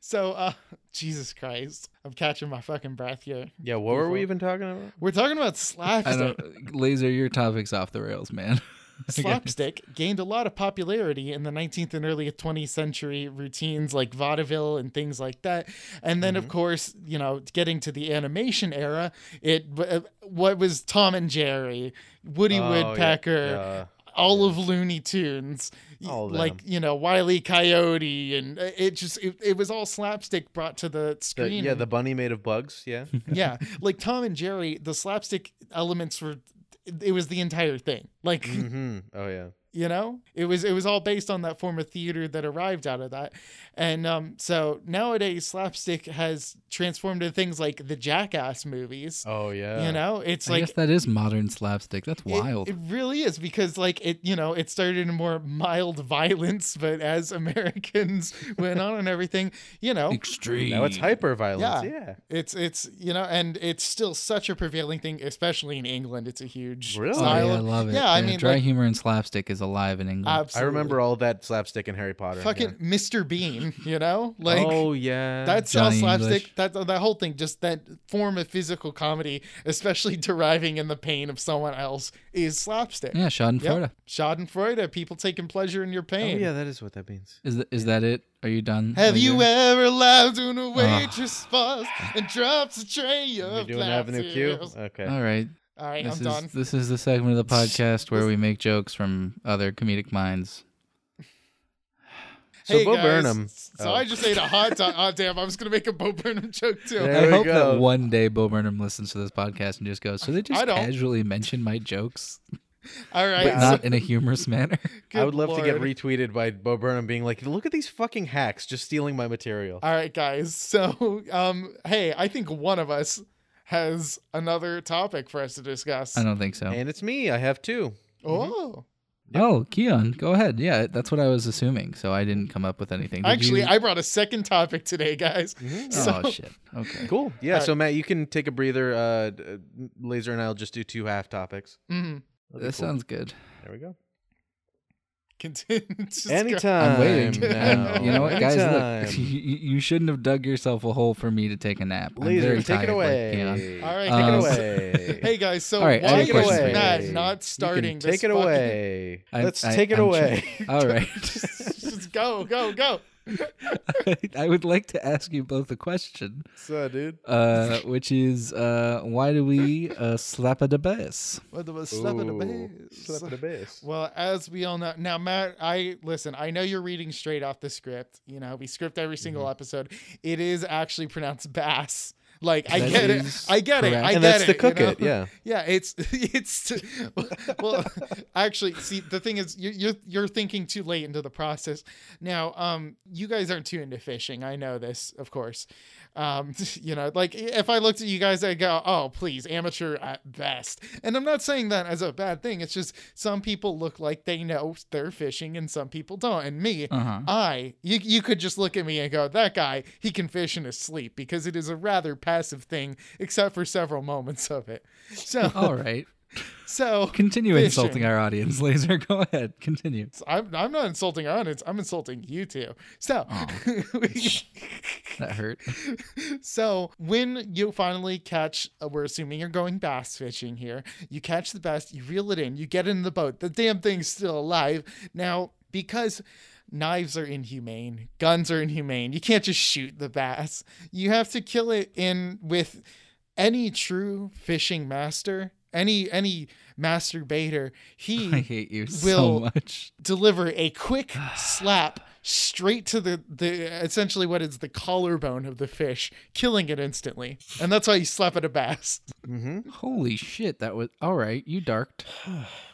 A: so. Uh, [LAUGHS] Jesus Christ, I'm catching my fucking breath here.
C: [LAUGHS] Yeah, what were we even talking about?
A: We're talking about
B: I
A: slapstick.
B: don't laser your topics off the rails, man. [LAUGHS]
A: Slapstick gained a lot of popularity in the 19th and early 20th century routines like vaudeville and things like that. And then,
C: Mm-hmm.
A: of course, you know, getting to the animation era, it uh, what was Tom and Jerry, Woody
C: Oh, yeah,
A: Woodpecker,
C: yeah.
A: all of Looney Tunes, y-
C: All of
A: like
C: them.
A: you know, Wiley Coyote, and uh, it just it, it was all slapstick brought to the
C: The-
A: screen.
C: yeah, the bunny made of bugs, yeah.
A: [LAUGHS]
C: [LAUGHS]
A: yeah, like Tom and
C: Mm-hmm.
A: Jerry, the slapstick elements were. It was the entire thing. Like
C: hmm Oh yeah.
A: you know it was it was all based on that form of theater that arrived out of that and um so nowadays slapstick has transformed into things like the jackass movies
C: Oh yeah.
A: you know it's
B: I
A: like
B: guess that is modern slapstick. That's
A: it-
B: wild.
A: It, really is because like it, you know, it started in more mild [LAUGHS] violence, but as Americans [LAUGHS] went on and everything, you know,
B: Extreme.
C: Now it's hyper violence.
A: Yeah.
C: Yeah.
A: it's it's you know, and it's still such a prevailing thing, especially in England. It's a huge
C: Really?
B: Oh,
A: style
B: yeah, I
A: of-
B: love it.
A: Yeah, I mean,
B: dry
A: like,
B: humor and slapstick is alive in England.
C: I
A: absolutely.
C: remember all that slapstick in Harry Potter.
A: fucking Mr. Bean. You know, like.
C: oh yeah.
A: That's all
B: Johnny
A: slapstick.
B: English.
A: That that whole thing, just that form of physical comedy, especially [LAUGHS] deriving in the pain of someone else, is slapstick.
B: yeah, Schadenfreude.
A: Uh, Yep. Schadenfreude, people taking pleasure in your
C: Mm. Oh
A: pain.
C: yeah, that is what that means.
B: Is th- is that it? Are you done?
A: Have
B: Are
A: you e-
B: there?
A: ever laughed when
C: Ah.
A: a waitress paused and drops a tray
C: We're
A: of
C: doing Avenue Q.
A: glasses?
C: Okay.
B: All right.
A: All right,
B: this
A: I'm
B: is
A: done.
B: this is the segment of the podcast where we make jokes from other comedic minds.
C: so
A: hey,
C: Bo
A: guys.
C: Burnham.
A: So
C: oh.
A: I just ate a hot dog. Oh damn! I was gonna make a Bo Burnham joke too.
C: There
B: I
C: we
B: hope
C: go.
B: that one day Bo Burnham listens to this podcast and just goes, "So they just
A: I don't.
B: casually mention my jokes,
A: All right.
B: but
A: so-
B: not in a humorous [LAUGHS] manner."
A: good
C: I would love to get
A: lord.
C: retweeted by Bo Burnham being like, "Look at these fucking hacks just stealing my material."
A: All right, guys. [LAUGHS] So, um, hey, I think one of us has another topic for us to discuss.
B: I don't think so.
C: And it's me. I have two.
A: [LAUGHS]
C: Mm-hmm.
A: Oh,
B: Oh, Keon, go ahead. Yeah, that's what I was assuming. So I didn't come up with anything. Did
A: actually,
B: you-
A: I brought a second topic today, guys. [LAUGHS]
C: Mm-hmm.
A: So-
B: oh shit. Okay.
C: [LAUGHS] Cool. Yeah.
A: All right.
C: So Matt, you can take a breather. Uh, d- uh, Laser and I'll just do two half topics.
A: Mm,
C: That'd be
B: That
C: cool.
B: sounds good.
C: There we go.
A: continue. [LAUGHS] Just go-
C: Anytime.
B: I'm
C: [LAUGHS]
B: waiting.
C: now.
B: I'm- [LAUGHS] you know what, guys?
C: Anytime.
B: Look, [LAUGHS] you, you you shouldn't have dug yourself a hole for me to take a nap. I'm
C: Laser,
B: very
C: take
B: tired,
C: it
B: like Keon.
C: away.
A: All right,
C: take
B: Um, [LAUGHS]
C: it away.
A: Hey guys, so
B: All right, I
A: why
B: have
A: is
B: a question for you.
A: Matt
C: You can
A: not starting this
C: Take it
A: fucking-
C: away.
B: I'm-
C: Let's
B: I-
C: take it
B: I'm
C: away. [LAUGHS]
B: All right. [LAUGHS]
A: just, [LAUGHS] just go, go, go.
B: I would like to ask you both a question,
C: so, dude.
B: uh, which is uh, why do we uh, slap a bass?
A: Well, as we all know, now Matt, I listen. I know you're reading straight off the script. You know, we script every single
C: Mm-hmm.
A: episode. It is actually pronounced bass. Like I
B: That
A: get it.
B: is
A: I get it.
B: correct.
A: I
C: and
A: get
C: that's
A: it.
C: to
A: you
C: cook
A: know? [LAUGHS]
C: it. Yeah.
A: Yeah, it's it's well, actually, see, the thing is, you- you're you're thinking too late into the process. Now, um, you guys aren't too into fishing. I know this, of course. Um, [LAUGHS] you know, like if I looked at you guys, I would go, "Oh, please, amateur at best." And I'm not saying that as a bad thing. It's just some people look like they know they're fishing, and some people don't. And me,
B: Uh huh.
A: I, you, you could just look at me and go, that guy, he can fish in his sleep because it is a rather passive thing, except for several moments of it. So,
B: [LAUGHS] [LAUGHS] All right.
A: so
B: Continue
A: Fishing.
B: insulting our audience, [LAUGHS] Laser. Go ahead. Continue.
A: I'm, I'm not insulting our audience, I'm insulting you two. So, [LAUGHS]
B: That [LAUGHS] hurt.
A: so when you finally catch, uh, we're assuming you're going bass fishing here, you catch the bass, you reel it in, you get in the boat, the damn thing's still alive. Now, because knives are inhumane, guns are inhumane, you can't just shoot the bass. You have to kill it in with any true fishing master, any any master baiter.
B: [LAUGHS] I
A: He
B: hate you
A: Will-
B: so much.
A: deliver a quick
B: [SIGHS]
A: slap straight to the, the essentially what is the collarbone of the fish, killing it instantly. And that's why you slap at a bass. [LAUGHS]
C: Mm-hmm.
B: Holy shit. That was all right. You darked.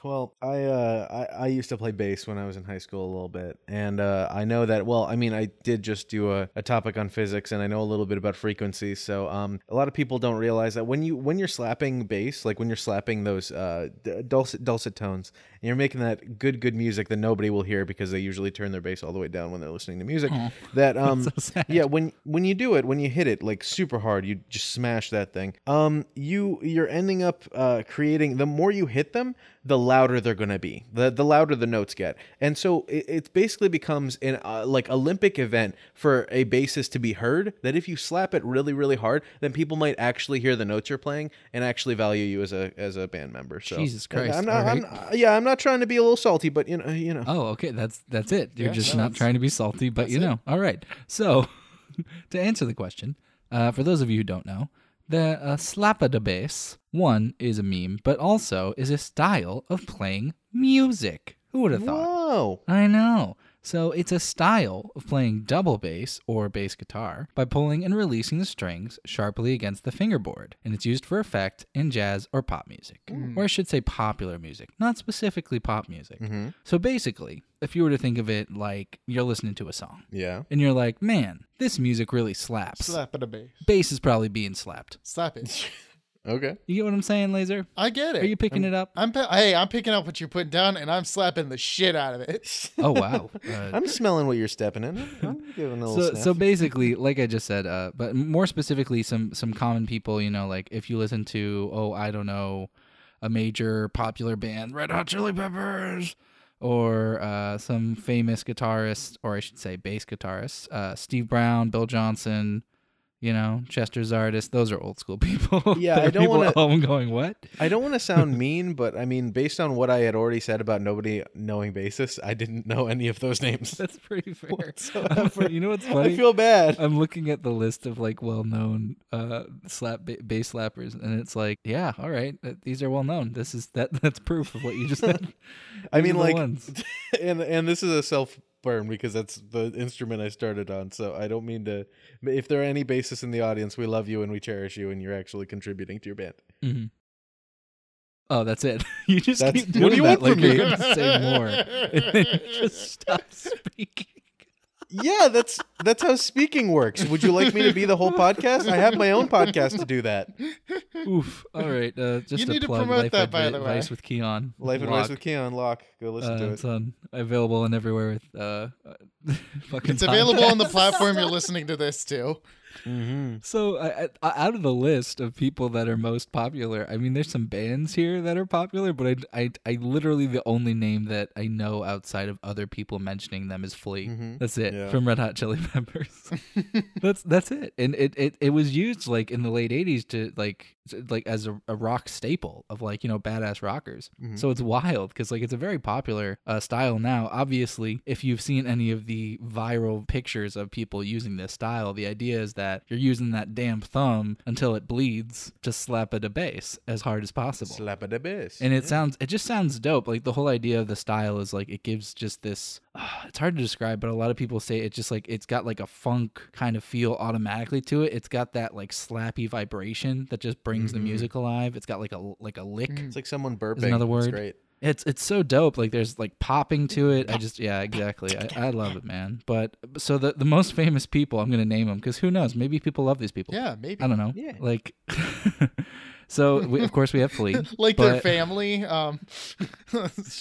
C: Well, I, uh, I I used to play bass when I was in high school a little bit, and uh, I know that. Well, I mean, I did just do a, a topic on physics, and I know a little bit about frequency. So, um, a lot of people don't realize that when you when you're slapping bass, like when you're slapping those uh, d- dulcet dulcet tones, and you're making that good good music that nobody will hear because they usually turn their bass all the way down when they're listening to music. That um,
B: sad.
C: [LAUGHS] yeah, when when you do it, when you hit it like super hard, you just smash that thing. Um, you you're ending up uh, creating. The more you hit them, the louder they're gonna be. The the louder the notes get, and so it, it basically becomes an uh, like Olympic event for a bassist to be heard. That if you slap it really really hard, then people might actually hear the notes you're playing and actually value you as a as a band member. So
B: Jesus Christ,
C: I'm not,
B: all
C: I'm, yeah, I'm not trying to be a little salty, but you know you know.
B: Oh, okay. That's that's it. You're
A: Yeah,
B: just
A: no,
B: not
A: that's-
B: trying to be salty, but you know. All right. So, [LAUGHS] to answer the question, uh, for those of you who don't know, the uh, slapadabase one is a meme, but Oh, also is a style of playing music. Who would have thought?
C: Whoa.
B: I know. So it's a style of playing double bass or bass guitar by pulling and releasing the strings sharply against the fingerboard, and it's used for effect in jazz or pop music, or I should say popular music, not specifically pop music. So basically, if you were to think of it like you're listening to a song
C: Yeah.
B: and you're like, "Man, this music really slaps."
A: Slap it a bass.
B: Bass is probably being slapped.
A: Slap it.
C: Okay.
B: You get what I'm saying, Laser?
A: [LAUGHS] I get it.
B: Are you picking
A: [LAUGHS]
B: it up?
A: I'm pi- hey, I'm picking up what you're putting down, and I'm slapping the shit out of
B: [LAUGHS]
A: it.
B: Oh wow. Uh,
C: [LAUGHS] I'm smelling what you're stepping in. I'm,
B: [LAUGHS]
C: I'm giving a little
B: so,
C: sniff.
B: so basically, like I just said, uh, but more specifically, some some common people, you know, like if you listen to, oh, I don't know, a major popular band, Red Hot Chili Peppers, or uh, some famous guitarist, or I should say bass guitarist, uh, Steve Brown, Bill Johnson, you know, Chester's artist. Those are old school [LAUGHS] people.
C: Yeah,
B: There
C: I
B: are
C: don't
B: people
C: wanna-
B: at home going what? [LAUGHS]
C: I don't want to sound mean, but I mean, based on what I had already said about nobody knowing basis, I didn't know any of those names.
B: That's pretty fair. [LAUGHS]
C: whatsoever.
B: you know what's funny?
C: [LAUGHS]
B: Uh,
C: I feel [LAUGHS] bad.
B: I'm looking at the list of like well-known uh slap ba- bass slappers, and it's like, yeah, all right, th- these are well-known. This is that [LAUGHS] that's proof of what you just said.
C: [LAUGHS] I
B: These
C: mean,
B: are the [LAUGHS]
C: like,
B: ones.
C: [LAUGHS] and and this is a self burn because that's the instrument I started on. So I don't mean to. If there are any bassists in the audience, we love you and we cherish you, and you're actually contributing to your band.
B: Mhm. Oh, that's it. [LAUGHS] You just
C: That's-
B: keep doing
C: what do you
B: that
C: want
B: like
C: from
B: you're
C: me?
B: gonna say more, [LAUGHS] and then you just
C: [LAUGHS]
B: stop speaking. [LAUGHS]
C: Yeah, that's that's how speaking works. Would you like me to be the whole podcast? I have my own podcast to do that.
B: [LAUGHS] Oof. All right. Uh, just
A: need to
B: plug
A: promote
B: Life
A: that, by the way.
B: Advice with Keon.
C: Life
B: blog.
C: advice with Keon Locke. Go listen
B: Uh,
C: to
B: it's
C: it.
B: on available and everywhere with uh, [LAUGHS] uh
A: [LAUGHS]
B: fucking.
A: It's available on the
B: podcasts.
A: platform you're listening to this to.
C: Mm-hmm.
B: So, I, I, out of the list of people that are most popular, I mean, there's some bands here that are popular, but I, I, I literally the only name that I know outside of other people mentioning them is Flea.
C: Mhm.
B: That's it
C: Yeah.
B: from Red Hot Chili [LAUGHS] Peppers. that's that's it, and it, it, it was used like in the late '80s to like to- like as a, a rock staple of like you know badass rockers.
C: Mhm.
B: So it's wild because like it's a very popular uh, style now. Obviously, if you've seen any of the viral pictures of people using this style, the idea is that you're using that damn thumb until it bleeds to slap at a bass as hard as possible.
C: Slap it a bass.
B: And it sounds, it just sounds dope. Like the whole idea of the style is like it gives just this. [SIGHS] ah, it's hard to describe, but a lot of people say it's just like it's got like a funk kind of feel automatically to it. It's got that like slappy vibration that just brings
C: Mm-hmm.
B: the music alive. It's got like a like a lick.
C: it's like someone burping.
B: another
C: It's
B: word.
C: great.
B: It's it's so dope. Like there's like popping to it. I just yeah exactly. I, I love it, man. But so the the most famous people I'm gonna name them because who knows? Maybe people love these people.
A: Yeah, maybe.
B: I don't know.
C: Yeah.
B: Like. [LAUGHS] so we, of course we have
C: [LAUGHS]
B: Flea.
A: Like their
B: but-
A: family. Um, [LAUGHS]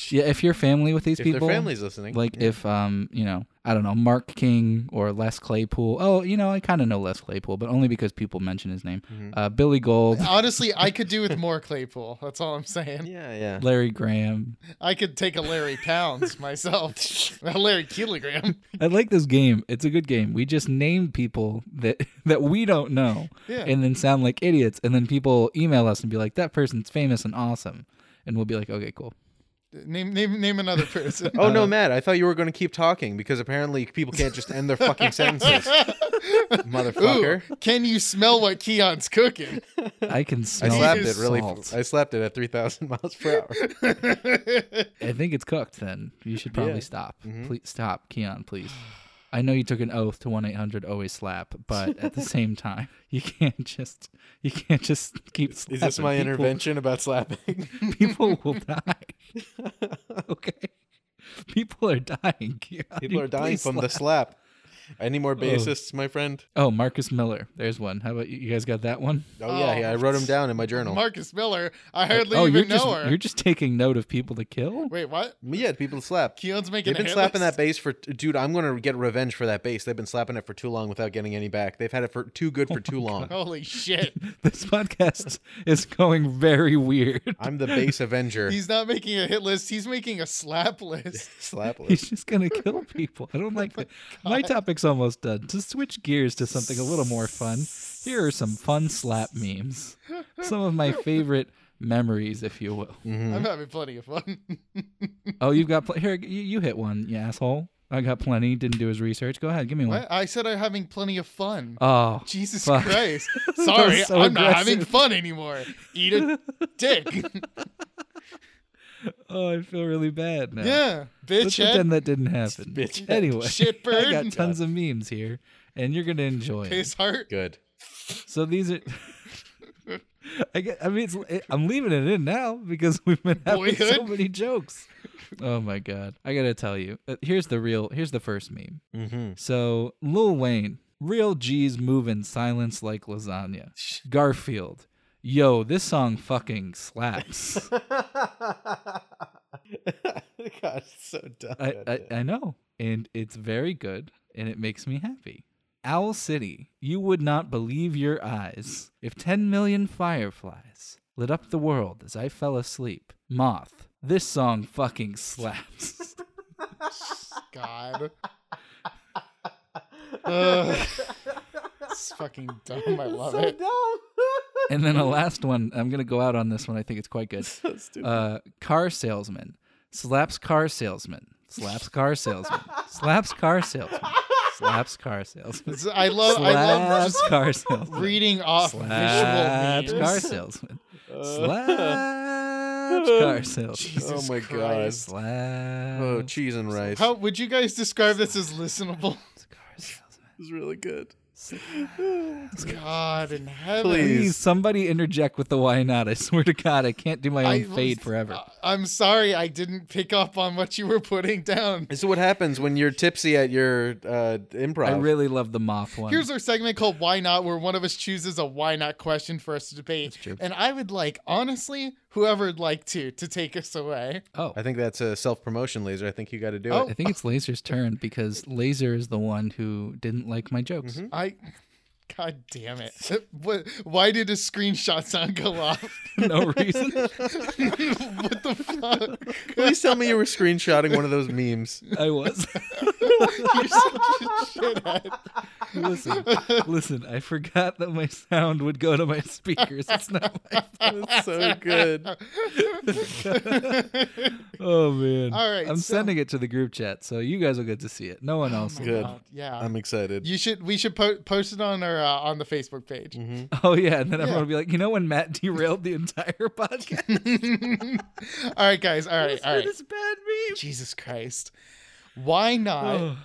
B: Yeah, if you're family with these
C: If
B: people,
C: their family's listening,
B: like if um you know I don't know Mark King or Les Claypool. Oh, you know I kind of know Les Claypool, but only because people mention his name.
C: Mm-hmm.
B: Uh, Billy
C: [LAUGHS]
B: Gold,
A: honestly, I could do with more Claypool. That's all I'm saying.
C: yeah, yeah.
B: Larry Graham.
A: I could take a Larry
B: [LAUGHS]
A: Pounds myself. a Larry Kilogram.
B: I like this game. It's a good game. We just name people that [LAUGHS] that we don't know,
A: Yeah.
B: and then sound like idiots, and then people email us and be like, "That person's famous and awesome," and we'll be like, "Okay, cool."
A: Name name name another person.
C: Oh
B: uh,
C: no, Matt! I thought you were going to keep talking because apparently people can't just end their
B: [LAUGHS]
C: fucking sentences, motherfucker.
A: Can you smell what Keon's cooking?
B: I can
C: I
B: smell
C: slapped
B: the
C: it really.
B: salt.
C: I slapped it at three thousand miles per hour.
B: [LAUGHS] I think it's cooked then. You should probably
C: Yeah. Mm-hmm.
B: stop. Please stop, Keon, please. I know you took an oath to 1-800 always slap, but at
C: [LAUGHS]
B: the same time, you can't just you can't just keep slapping.
C: Is this my
B: people,
C: intervention
B: [LAUGHS]
C: about slapping?
B: People
C: [LAUGHS]
B: will die. okay. People are dying. Keon.
C: People are dying
B: Please
C: from the
B: slap.
C: slap. Any more bassists, my friend?
B: Oh, Marcus Miller. There's one. How about you, you guys got that one?
C: Oh yeah, yeah. I wrote them down in my journal.
A: Marcus Miller. I hardly
B: oh, you're
A: even know
B: just
A: her.
B: you're just taking note of people to kill?
A: Wait, what?
C: yeah, people slap.
A: Keon's making
C: They've been
A: a hit
C: slapping
A: list?
C: that bass for, dude. I'm gonna get revenge for that bass. They've been slapping it for too long without getting any back. They've had it for too good for too long.
A: Holy
B: [LAUGHS]
A: shit.
B: This podcast is going very weird.
C: I'm the bass [LAUGHS] avenger.
A: He's not making a hit list. He's making a slap
B: [LAUGHS]
A: list.
C: [LAUGHS] slap
B: He's just gonna [LAUGHS] kill people. I don't like that. Oh My topic's almost done. To switch gears to something a little more fun, here are some fun slap memes. Some of my favorite memories, if you will.
C: Mm-hmm.
A: I'm having plenty of fun.
B: Mm-hmm. Oh, you've got pl- here. You, you hit one, you asshole. I got plenty. Didn't do his research. Go ahead, give me one.
A: What? I said I'm having plenty of fun.
B: Oh,
A: Jesus
B: fuck. [LAUGHS]
A: Christ.
B: was
A: Sorry,
B: so
A: I'm not having
B: [LAUGHS] aggressive.
A: fun anymore. Eat a dick.
B: Oh, I feel really bad now.
A: Yeah, bitch
B: Let's pretend
A: head,
B: that didn't happen.
C: Bitch.
B: Anyway,
A: Shit
B: [LAUGHS] I
A: bird.
B: got tons of memes here, and you're gonna enjoy it.
A: face heart.
C: Good.
B: So these are. [LAUGHS] I get. I mean, it's, it, I'm leaving it in now because we've been having so
A: Boyhood.
B: many jokes. Oh my god! I gotta tell you, uh, here's the real. Here's the first meme.
C: Mm-hmm.
B: So Lil Wayne, real G's move in silence like lasagna. Garfield, yo, this song fucking slaps.
C: [LAUGHS] God, it's so dumb.
B: I, I I know, and it's very good, and it makes me happy. Owl City, you would not believe your eyes if 10 million fireflies lit up the world as I fell asleep. Moth, this song fucking slaps.
A: God. Ugh. It's fucking dumb. I love it.
C: [LAUGHS]
B: and then a last one, I'm gonna go out on this one. I think it's quite good.
C: so stupid.
B: Uh, car salesman slaps car salesman slaps car salesman slaps car salesman slaps car salesman
A: It's- I love. I love
B: slaps
A: just
B: car
A: [LAUGHS]
B: salesman.
A: reading off
B: Slaps
A: visual
B: Uh, car
A: memes.
B: salesman. Slaps
A: [LAUGHS]
B: car salesman.
C: oh
A: Jesus
C: my
A: Christ.
B: Slaps
C: god.
B: Uh-huh.
C: Oh, cheese and rice.
A: How would you guys describe this as listenable? [LAUGHS]
B: car salesman.
C: This is really good.
A: God in heaven.
B: Please, somebody interject with the why not. I swear to God, I can't do my own
A: I
B: fade
A: was- uh,
B: forever.
A: I'm sorry I didn't pick up on what you were putting down.
C: This is what happens when you're tipsy at your uh, improv.
B: I really love the moth one.
A: Here's our segment called Why Not, where one of us chooses a why not question for us to debate.
C: true.
A: And I would like, honestly, whoever'd like to, to take us away.
B: oh,
C: I think that's a self promotion laser. I think you got to do
A: Oh.
B: I
C: it. [LAUGHS]
B: think it's Laser's turn because Laser is the one who didn't like my jokes. [LAUGHS]
A: I. God damn it. [LAUGHS] What, why did his screenshots not go off? [LAUGHS]
B: no reason.
A: what the fuck?
C: Please tell me you were screenshotting one of those memes.
B: I was.
A: You're such a shithead.
B: listen, listen. I forgot that my sound would go to my speakers. It's not my
C: That's so
A: [LAUGHS]
C: good.
B: Oh man!
A: All right,
B: I'm
A: so- Oh,
B: sending it to the group chat, so you guys will get to see it. No one else. will.
C: [LAUGHS] Good.
A: God, yeah.
C: I'm excited.
A: you should we should po- post it on our uh, on the Facebook page.
C: Mm-hmm.
B: Oh yeah, and then everyone will be like, you know, when Matt derailed the entire [LAUGHS] podcast.
C: Mm.
A: [LAUGHS] all right, guys. All right,
B: [LAUGHS]
A: all right.
B: This bad meme.
A: Jesus Christ. Why
B: Oh,
A: not?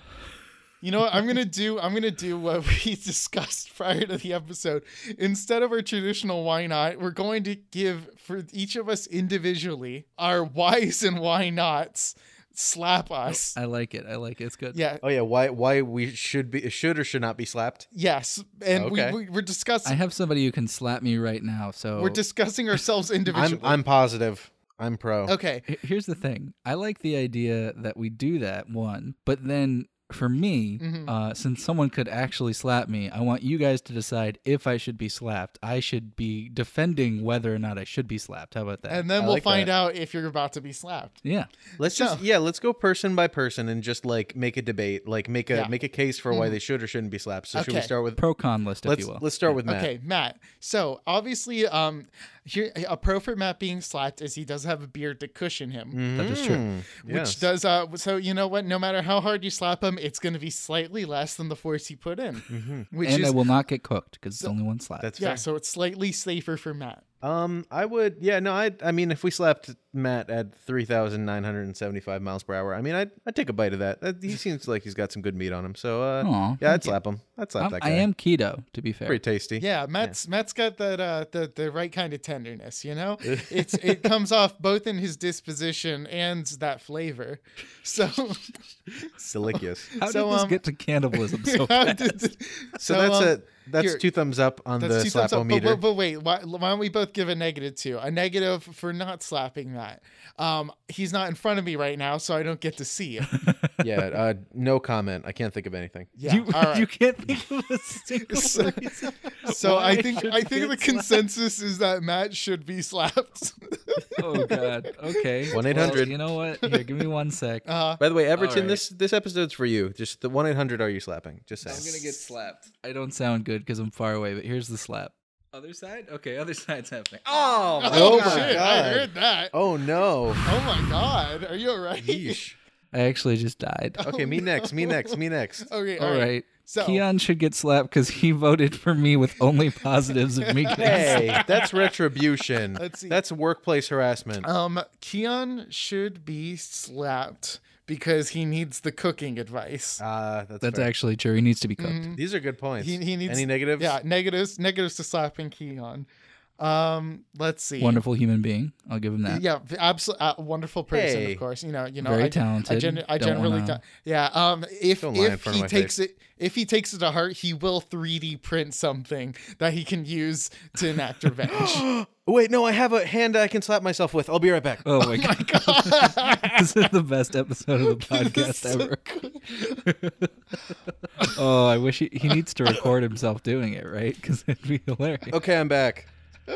A: You know what? I'm gonna do. I'm gonna do what we [LAUGHS] discussed prior to the episode. Instead of our traditional why not, we're going to give for each of us individually our whys and why nots. Slap us.
B: I like it. I like it. It's good.
A: Yeah.
C: uh, oh yeah, why why we should be should or should not be slapped?
A: Yes. And
C: Okay.
A: we, we we're
B: I
A: discussing.
B: have somebody who can slap me right now. So
A: We're discussing ourselves
C: [LAUGHS] I'm
A: individually.
C: I'm positive. I'm pro.
A: okay.
B: H- Here's the thing. I like the idea that we do that one, but then for me,
A: Mm-hmm.
B: uh, since someone could actually slap me, I want you guys to decide if I should be slapped. I should be defending whether or not I should be slapped. How about that?
A: And then
C: I
A: we'll
C: like
A: find
C: that.
A: out if you're about to be slapped.
B: yeah.
C: Let's just yeah, let's go person by person and just like make a debate, like make a
A: Yeah. Mm-hmm.
C: make a case for why they should or shouldn't be slapped. So should we
A: Okay.
C: start with
B: Pro con list, if
C: let's
B: you will.
C: let's start with Matt.
A: Okay, Matt. So obviously, um, here a pro for Matt being slapped is he does have a beard to cushion him,
C: Mm-hmm.
B: That is true.
A: which
C: yes.
A: does uh. So you know what? No matter how hard you slap him, it's going to be slightly less than the force he put in, which
B: and
A: is
B: I will not get cooked because it's only one slap.
C: That's
A: yeah.
C: fair.
A: So it's slightly safer for Matt.
C: Um, I would. Yeah, no, I. I mean, if we slapped Matt at three thousand nine hundred and seventy-five miles per hour, I mean, I'd, I'd take a bite of that. That- He seems like he's got some good meat on him. So, uh,
B: Aw,
C: yeah, I'd slap him. I'd slap
B: I'm-
C: that guy.
B: I am keto, to be fair.
C: pretty tasty.
A: Yeah, Matt's Matt's got that uh the the right kind of tenderness. You know, it's it comes off both in his disposition and that flavor. [LAUGHS] So [LAUGHS]
C: delicious.
B: How
A: So,
B: did this
A: um,
B: get
A: [LAUGHS]
B: to cannibalism so
A: How
B: fast?
A: did-
C: So, that's
A: um,
C: it. That's
A: here-
C: two thumbs up on the
A: That's two thumbs up. But,
C: slapometer.
A: but, but wait, why, why don't we both give a negative two? A negative for not slapping that. Um, he's not in front of me right now, so I don't get to see him.
C: yeah. Uh, no comment. I can't think of anything.
A: Yeah.
B: you,
A: all right.
B: you can't think of a
A: [LAUGHS]
B: single
A: So-
B: reason
A: so
B: why
A: I think
B: should
A: I
B: get
A: think the
B: slapped.
A: consensus is that Matt should be slapped. [LAUGHS]
B: Oh God. Okay.
C: 1-800.
B: Well, You know what? Here, give me one [LAUGHS] sec.
A: Uh,
C: By the way, Everton,
B: right.
C: this this episode's for you. Just the one eight hundred. Are you slapping? Just saying.
B: I'm gonna get slapped. I don't sound good because I'm far away, but here's the slap. Other side? Okay, other [LAUGHS] side's happening. Oh,
C: Oh, my
A: shit, I
C: God.
A: heard that.
C: [LAUGHS] Oh no.
A: Oh my god. Are you alright?
C: [LAUGHS] Yeesh.
B: I actually just died.
C: Okay, me next, me next,
A: [LAUGHS]
C: me next.
A: [LAUGHS] Okay,
B: All right.
A: So-
B: Keon should get slapped because he voted for me with only positives of me getting
C: Hey, that's retribution.
A: [LAUGHS] Let's see.
C: That's workplace harassment.
A: Um, Keon should be slapped because he needs the cooking advice.
C: Ah, that's,
B: That's
C: fair.
B: actually true. He needs to be cooked.
C: These are good points.
A: He- he needs-
C: Any negatives?
A: Yeah, negatives, negatives to slapping Keon. Um, let's see.
B: Wonderful human being. I'll give him that.
A: Yeah, absolutely. Uh, wonderful person,
C: Hey.
A: of course. You know, you know,
B: Very
A: I, I,
B: talented.
A: gen- I
B: Don't
A: generally
B: wanna-
A: don't. Yeah. Um. If
C: Don't lie in
A: if
C: front of
A: he
C: my
A: takes it, if he takes it to heart, he will 3D print something that he can use to enact
B: [GASPS]
A: revenge. Uh,
C: Oh, Wait, no, I have a hand I can slap myself with. I'll be right
A: Uh,
C: back.
B: Oh, my god. [LAUGHS] this is the best episode of the podcast ever. oh, I wish he, he needs to record himself doing it, right? Because it'd be hilarious.
C: Okay, I'm back.
B: All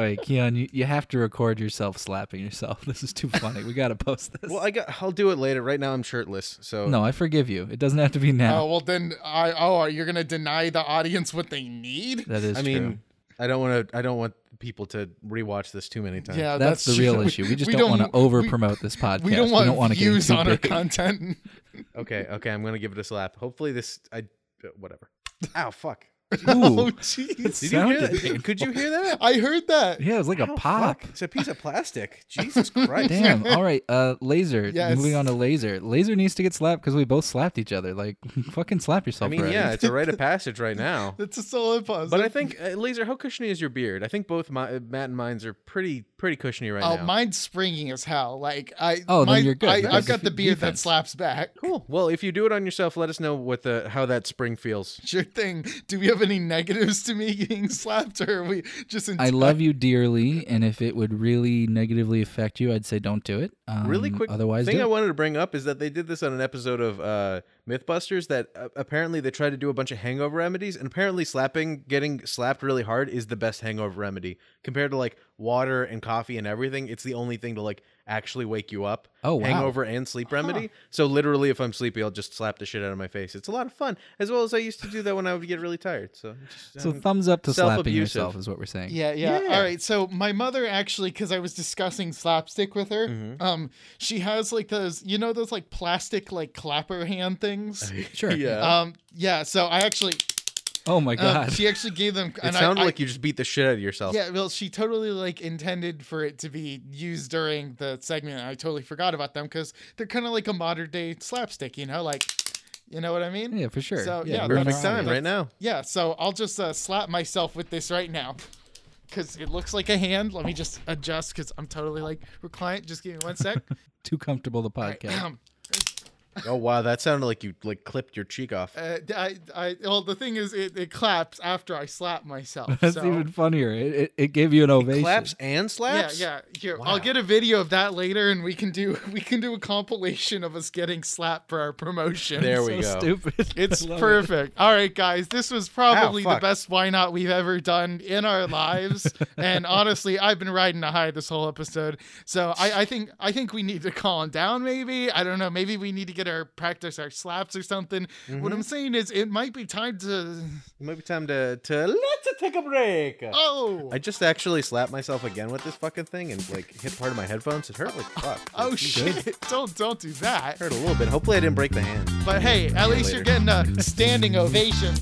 B: right, Keon, you, you have to record yourself slapping yourself. [LAUGHS] This is too funny. We got to post this.
C: Well, I got. I'll do it later. Right now, I'm shirtless. So
B: no, I forgive you. It doesn't have to be now.
A: Oh well, then I. Oh, you're gonna deny the audience what they need?
B: that is
C: I
B: true.
C: mean, I don't want to. I don't want people to rewatch this too many times.
A: Yeah,
B: that's, the
A: true.
B: real issue.
A: [LAUGHS]
B: We just don't, want to
A: we-
B: over promote this podcast.
A: We don't want
B: want to get
A: views
B: too
A: on our
B: big.
A: content. [LAUGHS]
C: Okay. Okay. I'm gonna give it a slap. Hopefully, this. I. uh, Whatever. Ow! [LAUGHS] Fuck.
A: [LAUGHS] Oh
B: Ooh,
A: jeez,
C: Did you hear
B: Sounded
C: that? Could you hear that?
A: I heard that.
B: yeah, it was [LAUGHS] like a pop.
C: Fuck. It's a piece of plastic.
B: [LAUGHS]
C: Jesus Christ. [LAUGHS]
B: Damn. All right. Uh, laser.
A: Yes.
B: Moving on to laser. Laser needs to get slapped because we both slapped each other. Like, [LAUGHS] fucking slap
C: I
B: yourself.
C: mean,
B: already.
C: yeah, it's a
B: [LAUGHS]
C: rite of passage right now.
A: That's a solid pause.
C: But I think, uh, Laser, how cushiony is your beard? I think both my, uh, Matt and mine's are pretty pretty cushiony right
A: Oh,
C: now.
A: mine's springy as hell. Like I,
B: Oh, then
A: mine-
B: you're good.
A: I,
B: That
A: I've
B: is
A: got the beard that
B: defense.
A: slaps back.
C: Cool. Well, if you do it on yourself, let us know what the how that spring feels.
A: Sure thing. Do we have any negatives to me getting [LAUGHS] slapped, or are we just? In
B: I love you dearly, and if it would really negatively affect you, I'd say don't do it. Um,
C: Really quick
B: Otherwise,
C: thing
B: do
C: I
B: it.
C: wanted to bring up is that they did this on an episode of uh, MythBusters that uh, apparently they tried to do a bunch of hangover remedies, and apparently slapping, getting slapped really hard, is the best hangover remedy compared to like water and coffee and everything. It's the only thing to like actually wake you up.
B: Oh, wow.
C: Hangover and sleep remedy. So literally, if I'm sleepy, I'll just slap the shit out of my face. It's a lot of fun, as well as I used to do that when I would get really tired. So, just,
B: so
C: um,
B: thumbs up to slapping
C: self-abusive.
B: yourself is what we're saying.
A: Yeah, yeah,
C: Yeah.
A: All right. So my mother actually, because I was discussing slapstick with her,
C: Mm-hmm.
A: um, she has like those, you know, those like plastic like clapper hand things.
B: Sure.
C: Uh, yeah. Uh,
A: Um, yeah. So I actually,
B: Oh my
A: um,
B: god.
A: she actually gave them.
C: it
A: and I-
C: sounded
A: I-
C: like you just beat the shit out of yourself.
A: Yeah, well, she totally like intended for it to be used during the segment. and I totally forgot about them because they're kind of like a modern day slapstick, you know, like, you know what I mean?
B: yeah, for sure.
A: So, yeah,
B: we're in
A: perfect
B: our
C: Time
B: audience. [LAUGHS]
C: right now.
A: Yeah. So I'll just uh, slap myself with this right now because it looks like a hand. Let me just adjust because I'm totally like reclined. Just give me one
B: [LAUGHS]
A: sec.
B: Too comfortable the podcast.
A: Um,
C: Oh wow, that sounded like you like clipped your cheek off.
A: uh, I, I, well, the thing is, it, it claps after I slap myself.
B: [LAUGHS] [LAUGHS] That's
A: so.
B: even funnier. It, it, it gave you an ovation.
C: Claps
A: Yeah,
C: and slaps.
A: yeah. Here, I'll get a video of that later, and we can do [LAUGHS] we can do a compilation of us getting slapped for our promotion.
C: There
B: So
C: we go.
B: stupid. [LAUGHS]
A: It's
B: I love it.
A: perfect. All right, guys, this was probably the
C: fuck.
A: best why not we've ever done in our lives. and honestly, I've been riding a high this whole episode. So I, I think I think we need to calm down. Maybe I don't know. Maybe we need to get our practice our slaps or something. What I'm saying is, it might be time to.
C: It might be time to to let's take a break.
A: Oh.
C: I just actually slapped myself again with this fucking thing and like hit part of my headphones. It hurt like fuck.
A: Oh
C: [LAUGHS] It
A: shit! Don't don't do that.
C: hurt a little bit. Hopefully I didn't break the hand.
A: But hey, at least you're
C: later.
A: getting a standing ovation.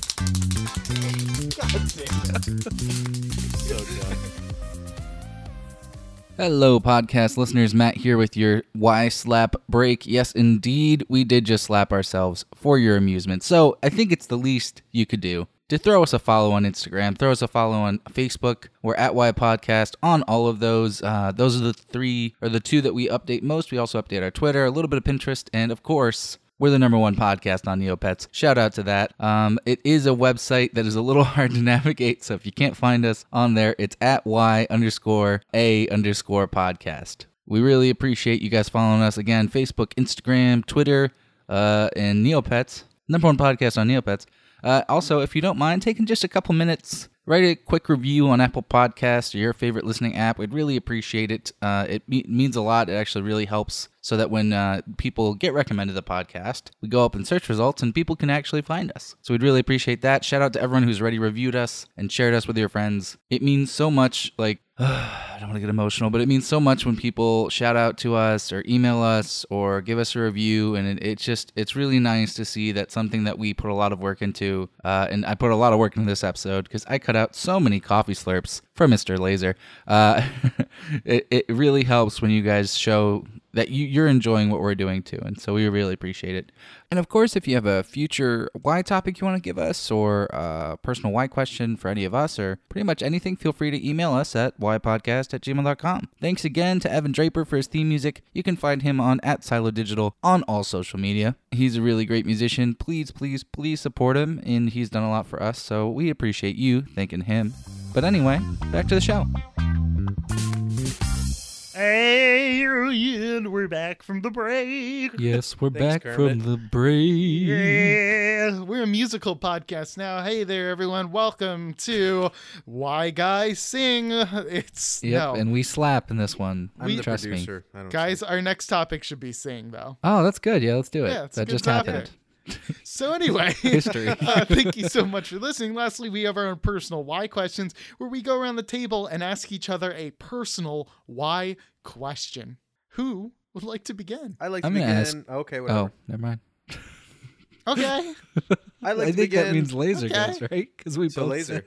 B: Hello, podcast listeners. Matt here with your Why Slap Break. Yes, indeed, we did just slap ourselves for your amusement. So I think it's the least you could do to throw us a follow on Instagram, throw us a follow on Facebook. We're at Y Podcast on all of those. Uh, those are the three or the two that we update most. We also update our Twitter, a little bit of Pinterest, and of course, we're the number one podcast on Neopets. Shout out to that. Um, it is a website that is a little [LAUGHS] hard to navigate, so if you can't find us on there, it's at y underscore a underscore podcast. We really appreciate you guys following us again. Facebook, Instagram, Twitter, uh, and Neopets. Number one podcast on Neopets. Uh, also, if you don't mind taking just a couple minutes, write a quick review on Apple Podcasts or your favorite listening app. We'd really appreciate it. Uh, it me- means a lot. It actually really helps so that when uh, people get recommended the podcast, we go up in search results and people can actually find us. So we'd really appreciate that. Shout out to everyone who's already reviewed us and shared us with your friends. It means so much. Like, I don't want to get emotional, but it means so much when people shout out to us or email us or give us a review, and it, it's just it's really nice to see that something that we put a lot of work into, uh, and I put a lot of work into this episode because I cut out so many coffee slurps for Mister Laser. Uh, [LAUGHS] it it really helps when you guys show that you, you're enjoying what we're doing too. And so we really appreciate it. And of course, if you have a future why topic you want to give us or a personal why question for any of us or pretty much anything, feel free to email us at whypodcast at gmail.com. Thanks again to Evan Draper for his theme music. You can find him on at Silo Digital on all social media. He's a really great musician. Please, please, please support him. And he's done a lot for us. So we appreciate you thanking him. But anyway, back to the show.
A: Hey, Ian, we're back from the break.
B: Yes, we're
C: Thanks,
B: back from
C: Kermit.
B: the break.
A: Yeah, we're a musical podcast now. Hey there, everyone. Welcome to Why Guys Sing. It's
B: Yep,
A: no.
B: and we slap in this one.
C: I'm the
B: trust me.
C: producer. I don't
A: Guys, our next topic should be sing, though.
B: Oh, that's good. Yeah, let's do it.
A: Yeah, it's a
B: that
A: good
B: just
A: topic.
B: happened.
A: So, anyway,
B: [LAUGHS]
A: [LAUGHS]
B: History.
A: uh, thank you so much for listening. Lastly, we have our own personal why questions where we go around the table and ask each other a personal why question. Who would like to begin?
C: I like to
B: I'm gonna
C: begin.
B: ask-
C: Okay, whatever.
B: Oh, never mind. [LAUGHS]
A: Okay.
B: I
C: I like to
B: think
C: begin.
B: that means laser
A: Okay.
B: guys, right? Because we
C: so
B: both
C: laser.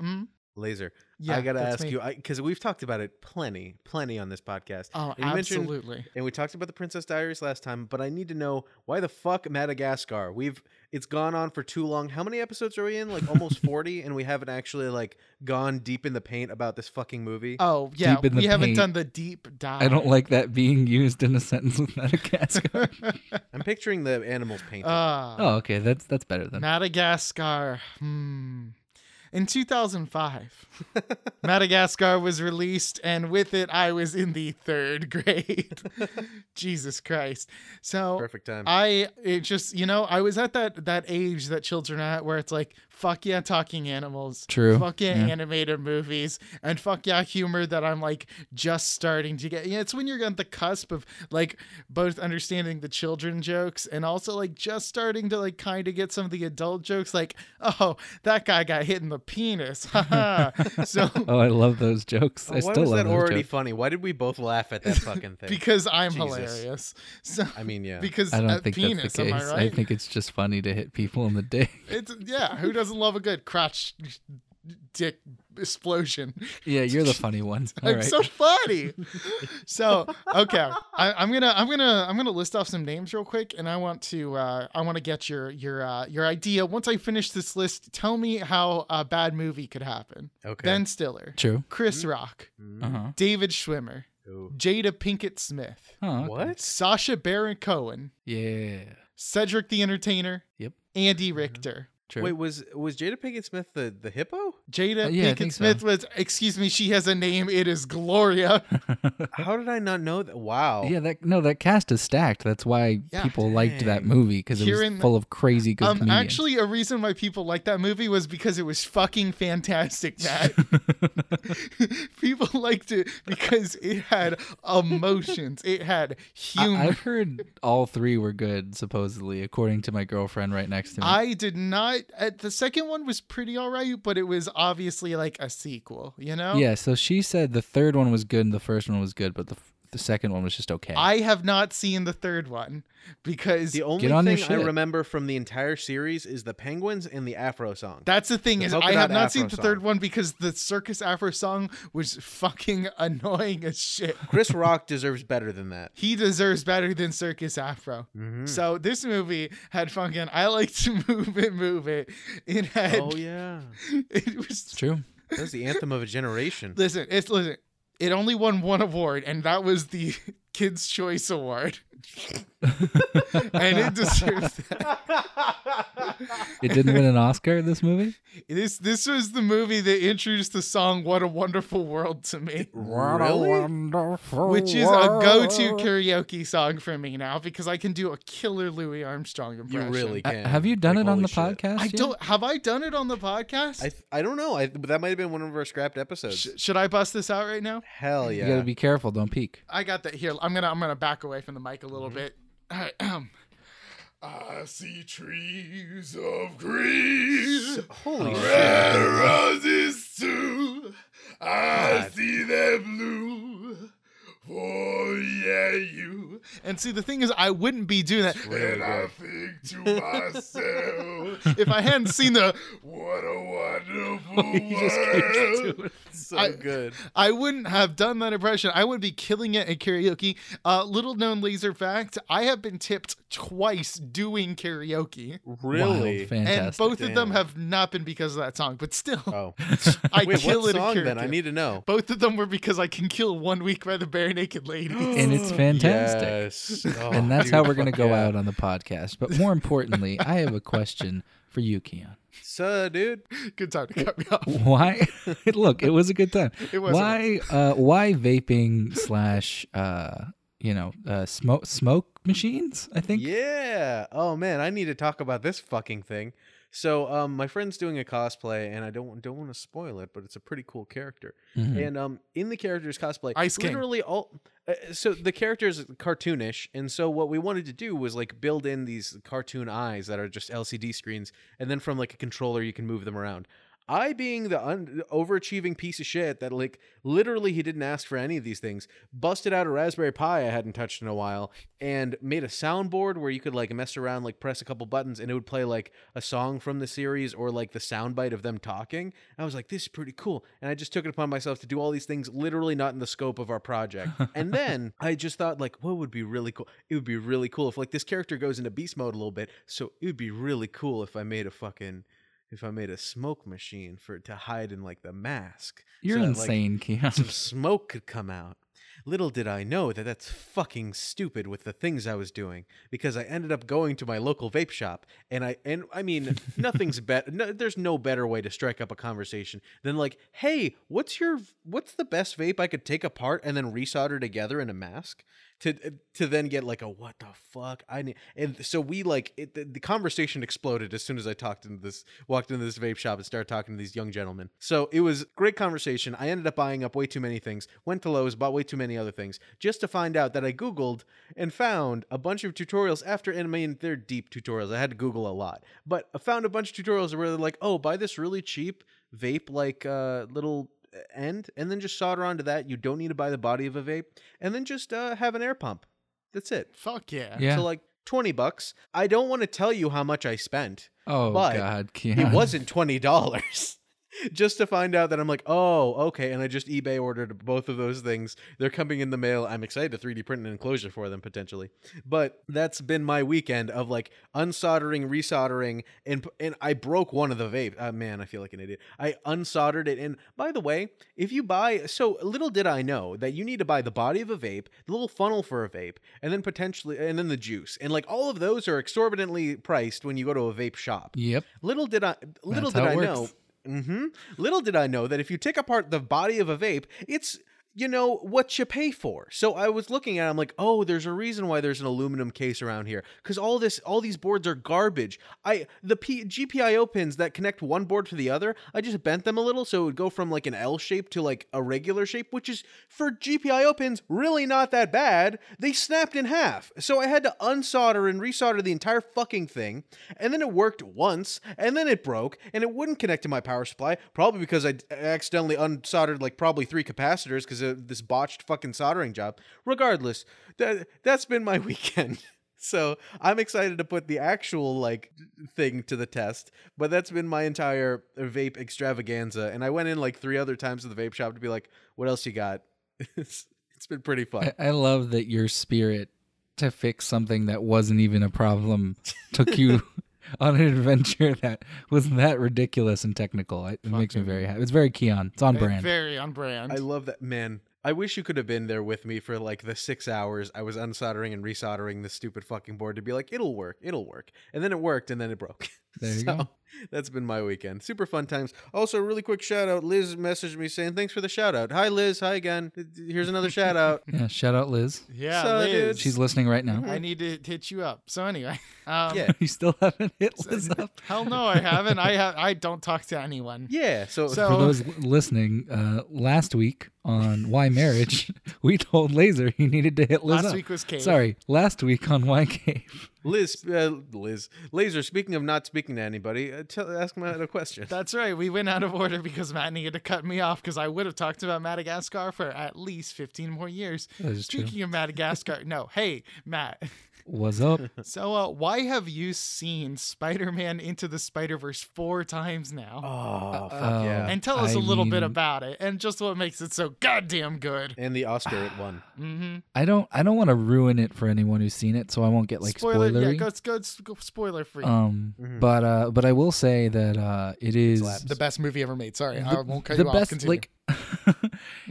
A: Mm,
C: Laser.
A: yeah,
C: I gotta
A: that's
C: ask
A: me.
C: you because we've talked about it plenty, plenty on this podcast.
A: Oh,
C: And you mentioned-
A: absolutely.
C: and we talked about the Princess Diaries last time, but I need to know why the fuck Madagascar? We've it's gone on for too long. How many episodes are we in? Like almost [LAUGHS] 40 and we haven't actually like gone deep in the paint about this fucking movie.
A: Oh, yeah.
B: Deep in the
A: We haven't
B: paint.
A: done the deep dive.
B: I don't like that being used in a sentence with
C: [LAUGHS]
B: Madagascar.
C: I'm picturing the animals painted.
A: Ah.
B: oh, okay. That's that's better than.
A: Madagascar. Hmm. In 2005, [LAUGHS] Madagascar was released, and with it, I was in the third [LAUGHS] grade. Jesus Christ. So
C: Perfect time.
A: I it just you know I was at that that age that children are at where it's like fuck yeah talking animals,
B: True.
A: fuck yeah,
B: Yeah.
A: animated movies, and fuck yeah humor that I'm like just starting to get. Yeah, it's when you're on the cusp of like both understanding the children jokes and also like just starting to like kind of get some of the adult jokes. Like oh that guy got hit in the penis, [LAUGHS] haha.
B: [LAUGHS]
A: so
B: Oh, I love those jokes. I
C: why
B: still
C: was
B: love
C: that
B: those
C: already
B: jokes.
C: funny? Why did we both laugh at [LAUGHS] that fucking thing?
A: because I'm
C: Jesus.
A: hilarious, so
C: I mean, yeah.
A: because
B: I
A: uh,
B: don't think
A: penis,
B: that's the
A: am I
B: case.
A: right?
B: I think it's just funny to hit people in the dick.
A: It's yeah. Who doesn't love a good crotch dick explosion?
B: yeah, you're [LAUGHS] the funny one. All
A: I'm
B: right.
A: so
B: [LAUGHS]
A: funny. so okay, I, I'm gonna I'm gonna I'm gonna list off some names real quick, and I want to uh, I want to get your your uh, your idea. Once I finish this list, tell me how a bad movie could happen.
C: okay.
A: Ben Stiller,
B: True.
A: Chris Rock,
C: Mm.
B: Uh huh.
A: David Schwimmer,
C: Ooh.
A: Jada Pinkett Smith,
B: Oh, okay.
C: What?
A: Sasha Baron Cohen,
B: Yeah.
A: Cedric the Entertainer,
B: Yep. Mm-hmm.
A: Andy Richter.
B: True.
C: Wait, was was Jada Pinkett Smith the the hippo?
A: Jada
B: Uh, yeah, I
A: Pinkett
B: think so.
A: Smith was, excuse me, she has a name. It is
B: [LAUGHS]
A: Gloria.
C: How did I not know that? Wow.
B: Yeah, that no, that cast is stacked. That's why
A: Yeah.
B: people liked that
C: Dang.
B: movie because it was
A: Hearing-
B: full of crazy good
A: Um,
B: comedians.
A: actually, a reason why people like that movie was because it was fucking fantastic,
B: [LAUGHS]
A: Matt. people liked it because it had emotions, it had humor.
B: I, [LAUGHS] have heard all three were good, supposedly, according to my girlfriend right next to me.
A: I did not. Uh, the second one was pretty all right, but it was obviously like a sequel, you know?
B: yeah, so she said the third one was good and the first one was good, but the f- the second one was just okay.
A: I have not seen the third one because
C: The only
B: Get on your
C: thing I
B: shit.
C: remember from the entire series is the penguins and the afro song.
A: That's the thing
C: The
A: is
C: polka
A: I have
C: dot
A: not seen
C: afro
A: the third
C: song.
A: one because the circus afro song was fucking [LAUGHS] annoying as shit.
C: Chris Rock deserves better than that.
A: He deserves better than circus afro.
C: Hmm.
A: So this movie had fucking I like to [LAUGHS] move it, move it. It had
C: Oh yeah,
A: [LAUGHS] it
B: it's
A: was
B: true.
C: [LAUGHS] that was the anthem of a generation.
A: listen. It's listen. It only won one award, and that was the [LAUGHS] Kids Choice
C: [LAUGHS]
A: Award, and it deserves that.
B: It didn't win an Oscar, this movie?
C: [LAUGHS]
A: This this was the movie that introduced the song "What a Wonderful World" to me.
C: really?
A: which is a go-to karaoke song for me now because I can do a killer Louis Armstrong
C: You
A: impression.
C: really
B: Uh,
C: can.
B: have you done
C: Like,
B: it on
C: holy
B: the
C: shit.
B: podcast?
A: I
B: yet?
A: don't. Have I done it on the podcast?
C: I, th- I don't know. I but that might have been one of our scrapped episodes.
A: Sh- should I bust this out right now?
C: Hell
B: You
C: yeah.
B: gotta be careful. Don't peek.
A: I got that here. I'm gonna I'm gonna back away from the mic a little bit.
C: Mm-hmm.
A: Ahem. [CLEARS THROAT] I see trees of green,
C: Holy shit.
A: and roses too. I see them And see, the thing is, I wouldn't be doing [LAUGHS] that.
D: And I think to myself,
A: If I hadn't seen the,
D: what a
A: [LAUGHS]
D: wonderful
C: He just keeps
D: world.
C: doing it. So
A: I-
C: good.
A: I wouldn't have done that impression. I would be killing it at karaoke. Uh, little known laser fact: I have been tipped twice doing karaoke,
C: Really?
B: Wild, fantastic.
A: and both of them
C: Damn.
A: have not been because of that song. But still,
B: [LAUGHS]
C: Oh.
A: I
C: Wait,
A: kill
C: what
A: it at
C: song
A: karaoke.
C: then? I need to know.
A: [LAUGHS] both of them were because I can kill one week by the bare naked ladies.
B: and
A: [GASPS]
B: it's fantastic.
C: Yes. Oh,
B: And that's
C: dude,
B: how we're going to
C: fuck
B: go
C: yeah.
B: out on the podcast. But more importantly, I have a question for you, Keon.
C: So, dude.
A: [LAUGHS] Good time to cut me off.
B: Why? [LAUGHS] Look, it was a good time.
A: It was a-
B: Why? Uh, why vaping slash uh, you know uh, smoke smoke machines? I think.
C: Yeah. Oh man, I need to talk about this fucking thing. So, um, my friend's doing a cosplay, and I don't don't want to spoil it, but it's a pretty cool character.
B: Mhm.
C: And um, in the character's cosplay,
A: Mm-hmm. Ice King.
C: literally all. Uh, so the character is cartoonish, and so what we wanted to do was like build in these cartoon eyes that are just LCD screens, and then from like a controller you can move them around. I being the un- overachieving piece of shit that like literally he didn't ask for any of these things, busted out a Raspberry Pi I hadn't touched in a while, and made a soundboard where you could like mess around, like press a couple buttons, and it would play like a song from the series or like the soundbite of them talking. I was like, this is pretty cool. And I just took it upon myself to do all these things literally not in the scope of our project. and then I just thought, like, what would be really cool? It would be really cool if like this character goes into beast mode a little bit. So it would be really cool if I made a fucking if I made a smoke machine for to hide in like the mask.
B: You're
C: so that, like,
B: insane,
C: [LAUGHS]
B: [LAUGHS] Keon.
C: some smoke could come out. Little did I know that that's fucking stupid with the things I was doing because I ended up going to my local vape shop and I and I mean nothing's better no, there's no better way to strike up a conversation than like hey what's your what's the best vape I could take apart and then resolder together in a mask to uh, to then get like a what the fuck I need and so we like it, the, the conversation exploded as soon as I talked into this walked into this vape shop and started talking to these young gentlemen. So it was great conversation. I ended up buying up way too many things. Went to Lowe's, bought way too many other things just to find out that I googled and found a bunch of tutorials after and I mean they're deep tutorials. I had to google a lot. But I found a bunch of tutorials where they're like, "Oh, buy this really cheap vape like uh little end and then just solder onto that. You don't need to buy the body of a vape and then just uh, have an air pump. That's it.
A: Fuck yeah.
B: yeah.
C: So like 20 bucks. I don't want to tell you how much I spent.
B: oh
C: but
B: God, Keon.
C: It wasn't $20. [LAUGHS] just to find out that I'm like, "Oh, okay." And I just eBay ordered both of those things. They're coming in the mail. I'm excited to 3D print an enclosure for them potentially. But that's been my weekend of like unsoldering, resoldering, and and I broke one of the vape. Uh, man, I feel like an idiot. I unsoldered it. And by the way, if you buy, so little did I know that you need to buy the body of a vape, the little funnel for a vape, and then potentially, and then the juice, and like all of those are exorbitantly priced when you go to a vape shop.
B: Yep.
C: Little did I little
B: That's
C: did
B: how
C: I
B: it
C: know.
B: works.
C: hmm Little did I know that if you take apart the body of a vape, it's you know what you pay for. So I was looking at it, I'm like, "Oh, there's a reason why there's an aluminum case around here cuz all this all these boards are garbage. I the P, GPIO pins that connect one board to the other, I just bent them a little so it would go from like an L shape to like a regular shape, which is for GPIO pins really not that bad. They snapped in half. So I had to unsolder and resolder the entire fucking thing. And then it worked once, and then it broke, and it wouldn't connect to my power supply, probably because I d- accidentally unsoldered like probably three capacitors because of this botched fucking soldering job. Regardless, that that's been my [LAUGHS] weekend. So I'm excited to put the actual like thing to the test, but that's been my entire vape extravaganza. And I went in like three other times to the vape shop to be like, "What else you got?" [LAUGHS] it's, it's been pretty fun.
B: I, I love that your spirit to fix something that wasn't even a problem
A: [LAUGHS]
B: took you on an adventure that was that ridiculous and technical. It, it makes me very happy. It's very Keon. It's on brand.
A: Very on brand.
C: I love that man. I wish you could have been there with me for like the six hours I was unsoldering and resoldering this stupid fucking board to be like, it'll work, it'll work. And then it worked and then it broke. [LAUGHS]
B: There you go.
C: that's been my weekend. Super fun times. Also, really quick shout out. Liz messaged me saying, thanks for the shout out. Hi, Liz. Hi again. Here's another
B: [LAUGHS]
C: shout out.
B: yeah. Shout out Liz.
A: yeah,
C: So,
A: Liz.
C: dude.
B: She's listening right now.
A: I need to hit you up. So anyway, [LAUGHS] um,
C: Yeah.
B: [LAUGHS] you still haven't hit
A: [LAUGHS]
B: Liz up.
A: hell no, I haven't. I have. I don't talk to
B: [LAUGHS]
A: anyone.
C: Yeah. So,
A: So-
B: For those li- listening, uh, last week on Why [LAUGHS] Marriage, we told Laser he needed to hit Liz
A: Last
B: up.
A: week was Cave.
B: Sorry, last week on Why Cave,
C: [LAUGHS] Liz, uh, Liz, Laser. Speaking of not speaking to anybody, uh, tell, ask him a question.
A: That's right. We went out of order because Matt needed to cut me off because I would have talked about Madagascar for at least 15 more years.
B: That is true.
A: Speaking of Madagascar,
B: [LAUGHS]
A: no. Hey, Matt.
B: What's up?
A: So, uh, why have you seen Spider Man Into the Spider Verse four times now?
C: oh, fuck
B: uh,
C: yeah!
A: and tell us a
B: I
A: little
B: mean-
A: bit about it and just what makes it so goddamn good.
C: And the Oscar
B: [SIGHS]
C: it won.
A: Mm-hmm.
B: I don't. I don't want to ruin it for anyone who's seen it, so I won't get like
A: spoiler, yeah,
B: spoilery.
A: go, go, go spoiler free.
B: um,
C: Mhm.
B: but uh, but I will say that uh, it is
C: Slaps.
A: Mm-hmm. the best movie ever made. Sorry, I won't cut
B: the
A: you off.
B: best
A: Continue.
B: like [LAUGHS]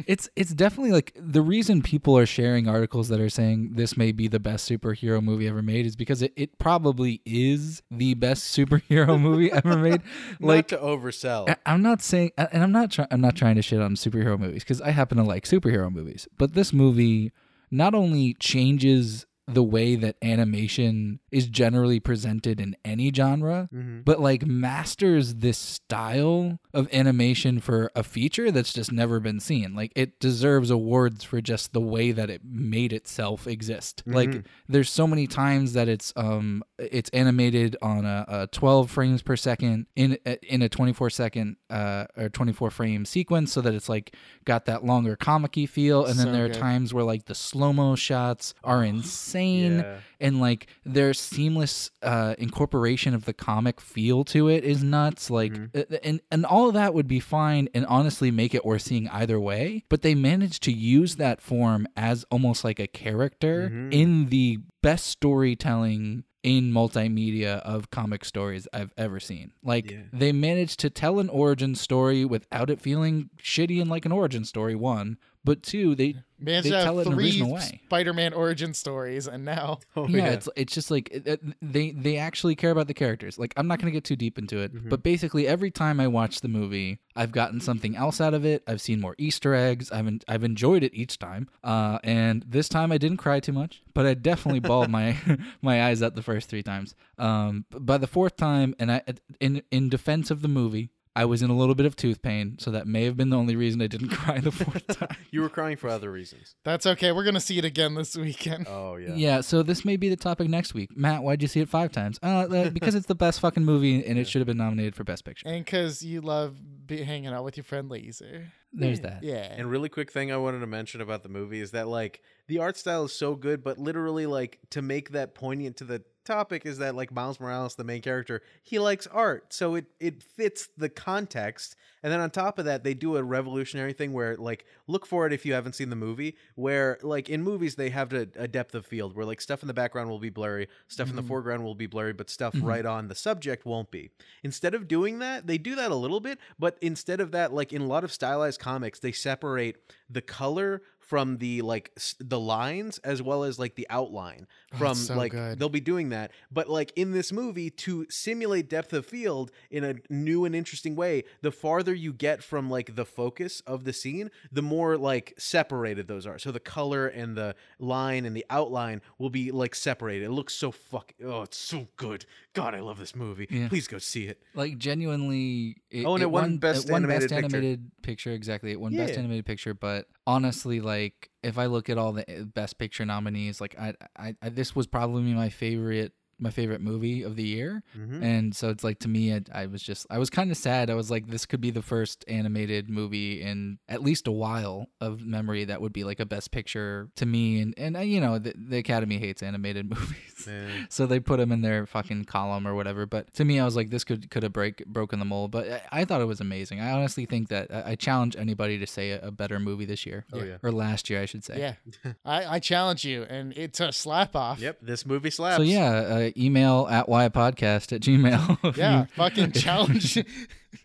B: it's it's definitely like the reason people are sharing articles that are saying this may be the best superhero movie ever made is because it, it probably is the best [LAUGHS] superhero movie
A: [LAUGHS]
B: ever made
C: Like
B: like
C: to oversell.
B: I- I'm not saying, and I'm not trying. I'm not trying to shit on superhero movies because I happen to like superhero movies. But this movie not only changes the way that animation is generally presented in any genre,
C: Mm-hmm.
A: Mm-hmm.
B: but like masters this style of animation for a feature that's just never been seen. Like it deserves awards for just the way that it made itself exist.
A: Mm-hmm.
B: Like there's so many times that it's um it's animated on a, a 12 frames per second in uh, in a 24 second uh or 24 frame sequence so that it's like got that longer comic-y feel and then
A: So
B: there are
A: good.
B: times where like the slow-mo shots
A: [SIGHS]
B: are insane
C: Yeah.
B: and like their seamless uh, incorporation of the comic feel to it is nuts. Like, uh, and and all of that would be fine and honestly make it worth seeing either way. But they managed to use that form as almost like a character in the best storytelling in multimedia of comic stories I've ever seen. Like
C: Yeah.
B: they managed to tell an origin story without it feeling shitty and like an origin story one, but two they
A: Managed
B: they
A: to
B: tell
A: have
B: it in a
A: three
B: original way.
A: Spider-Man origin stories, and now [LAUGHS]
C: [LAUGHS] Oh,
B: yeah, it's it's just like it- it- they they actually care about the characters. Like I'm not going to get too deep into it, but basically every time I watch the movie, I've gotten something else out of it. I've seen more Easter eggs. I've en- I've enjoyed it each time. Uh, and this time I didn't cry too much, but I definitely bawled my [LAUGHS] my eyes out the first three times. Um, b- by the fourth time, and I in in defense of the movie. I was in a little bit of tooth pain, so that may have been the only reason I didn't [LAUGHS] cry the fourth time.
C: you were crying for other reasons.
A: that's okay. We're gonna see it again this
B: [LAUGHS]
A: weekend.
C: Oh yeah.
B: Yeah. so this may be the topic next week. Matt, why'd you see it five times? Uh,
C: [LAUGHS]
B: uh, because it's the best fucking movie and it should have been nominated for Best Picture.
A: And because you love be hanging out with your friend Laser.
B: There's that.
A: Yeah.
C: And really quick thing I wanted to mention about the movie is that like the art style is so good, but literally like to make that poignant to the topic is that like Miles Morales, the main character, he likes art, so it it fits the context. And then on top of that, they do a revolutionary thing where like look for it if you haven't seen the movie, where like in movies they have to, a depth of field where like stuff in the background will be blurry, stuff in the foreground will be blurry, but stuff right on the subject won't be. Instead of doing that, they do that a little bit, but instead of that, like in a lot of stylized comics, they separate the color from the like s- the lines as well as like the outline from
A: that's so
C: like
A: good.
C: they'll be doing that but like in this movie to simulate depth of field in a new and interesting way the farther you get from like the focus of the scene the more like separated those are so the color and the line and the outline will be like separated it looks so fuck oh it's so good god i love this movie
B: Yeah.
C: please go see it
B: Like genuinely, it,
C: Oh, and it won Best Animated Picture.
B: Animated Picture, exactly. It won best
C: Yeah.
B: animated picture, but honestly, like if I look at all the uh, best picture nominees, like I, I, I this was probably my favorite, my favorite movie of the year.
C: Mm-hmm.
A: Mm-hmm.
B: And so it's like to me, I, I was just, I was kind of sad. I was like, this could be the first animated movie in at least a while of memory that would be like a best picture to me. And and uh, you know, the, the Academy hates animated [LAUGHS] movies, so they put them in their fucking column or whatever. But to me, I was like, this could could have break broken the mold. But I, I thought it was amazing. I honestly think that I, I challenge anybody to say a, a better movie this year,
C: Oh, yeah.
B: or last year, I should say.
A: yeah. I, I challenge you, and it's a slap off.
C: yep this movie slaps
B: So yeah, uh, email at podcast at gmail. [LAUGHS] if
A: Yeah.
B: you-
A: Fucking [LAUGHS] challenge.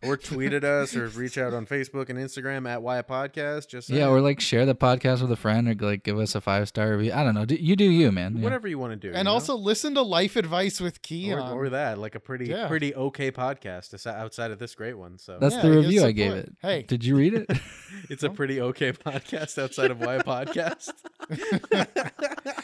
C: or tweet at us or reach out on facebook and instagram at why podcast just
B: Yeah,
C: saying.
B: or like share the podcast with a friend, or like give us a five star review. I don't know. Do, you do you, man. Yeah.
C: whatever you want to do you
A: and
C: know?
A: also listen to life advice with
C: or,
A: Keon.
C: or that like a pretty
A: Yeah.
C: pretty okay podcast asi- outside of this great one so
B: That's
A: Yeah,
B: the
A: I guess
B: review I
A: support.
B: gave it.
A: Hey.
B: did you
A: [LAUGHS]
B: read it?
C: [LAUGHS] it's a pretty okay podcast outside of why
B: [LAUGHS]
C: a podcast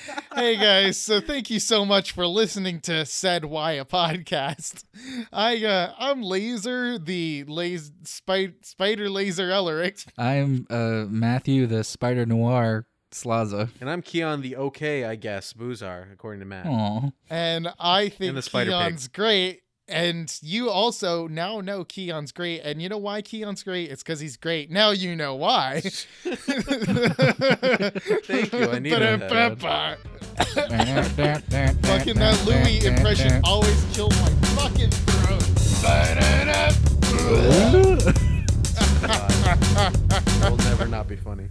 C: [LAUGHS]
A: hey guys, so thank you so much for listening to said why a podcast. [LAUGHS] I uh, I'm Laser, the laser [LAUGHS] spider laser Ellerick.
B: I'm uh, Matthew, the Spider Noir Slaza.
C: And I'm Keon the okay, I guess, Boozar, according to
A: [LAUGHS]
C: Matt.
B: Aw.
A: And I think
C: the spider pig.
A: Keon's great. And you also now know Keon's great. And you know why Keon's great? It's because he's great. Now you know
C: [LAUGHS]
A: why. Thank
C: you. I needed that.
A: Fucking that Louis
B: [LAUGHS]
A: impression always killed my fucking throat. [LAUGHS]
C: It'll never not be funny.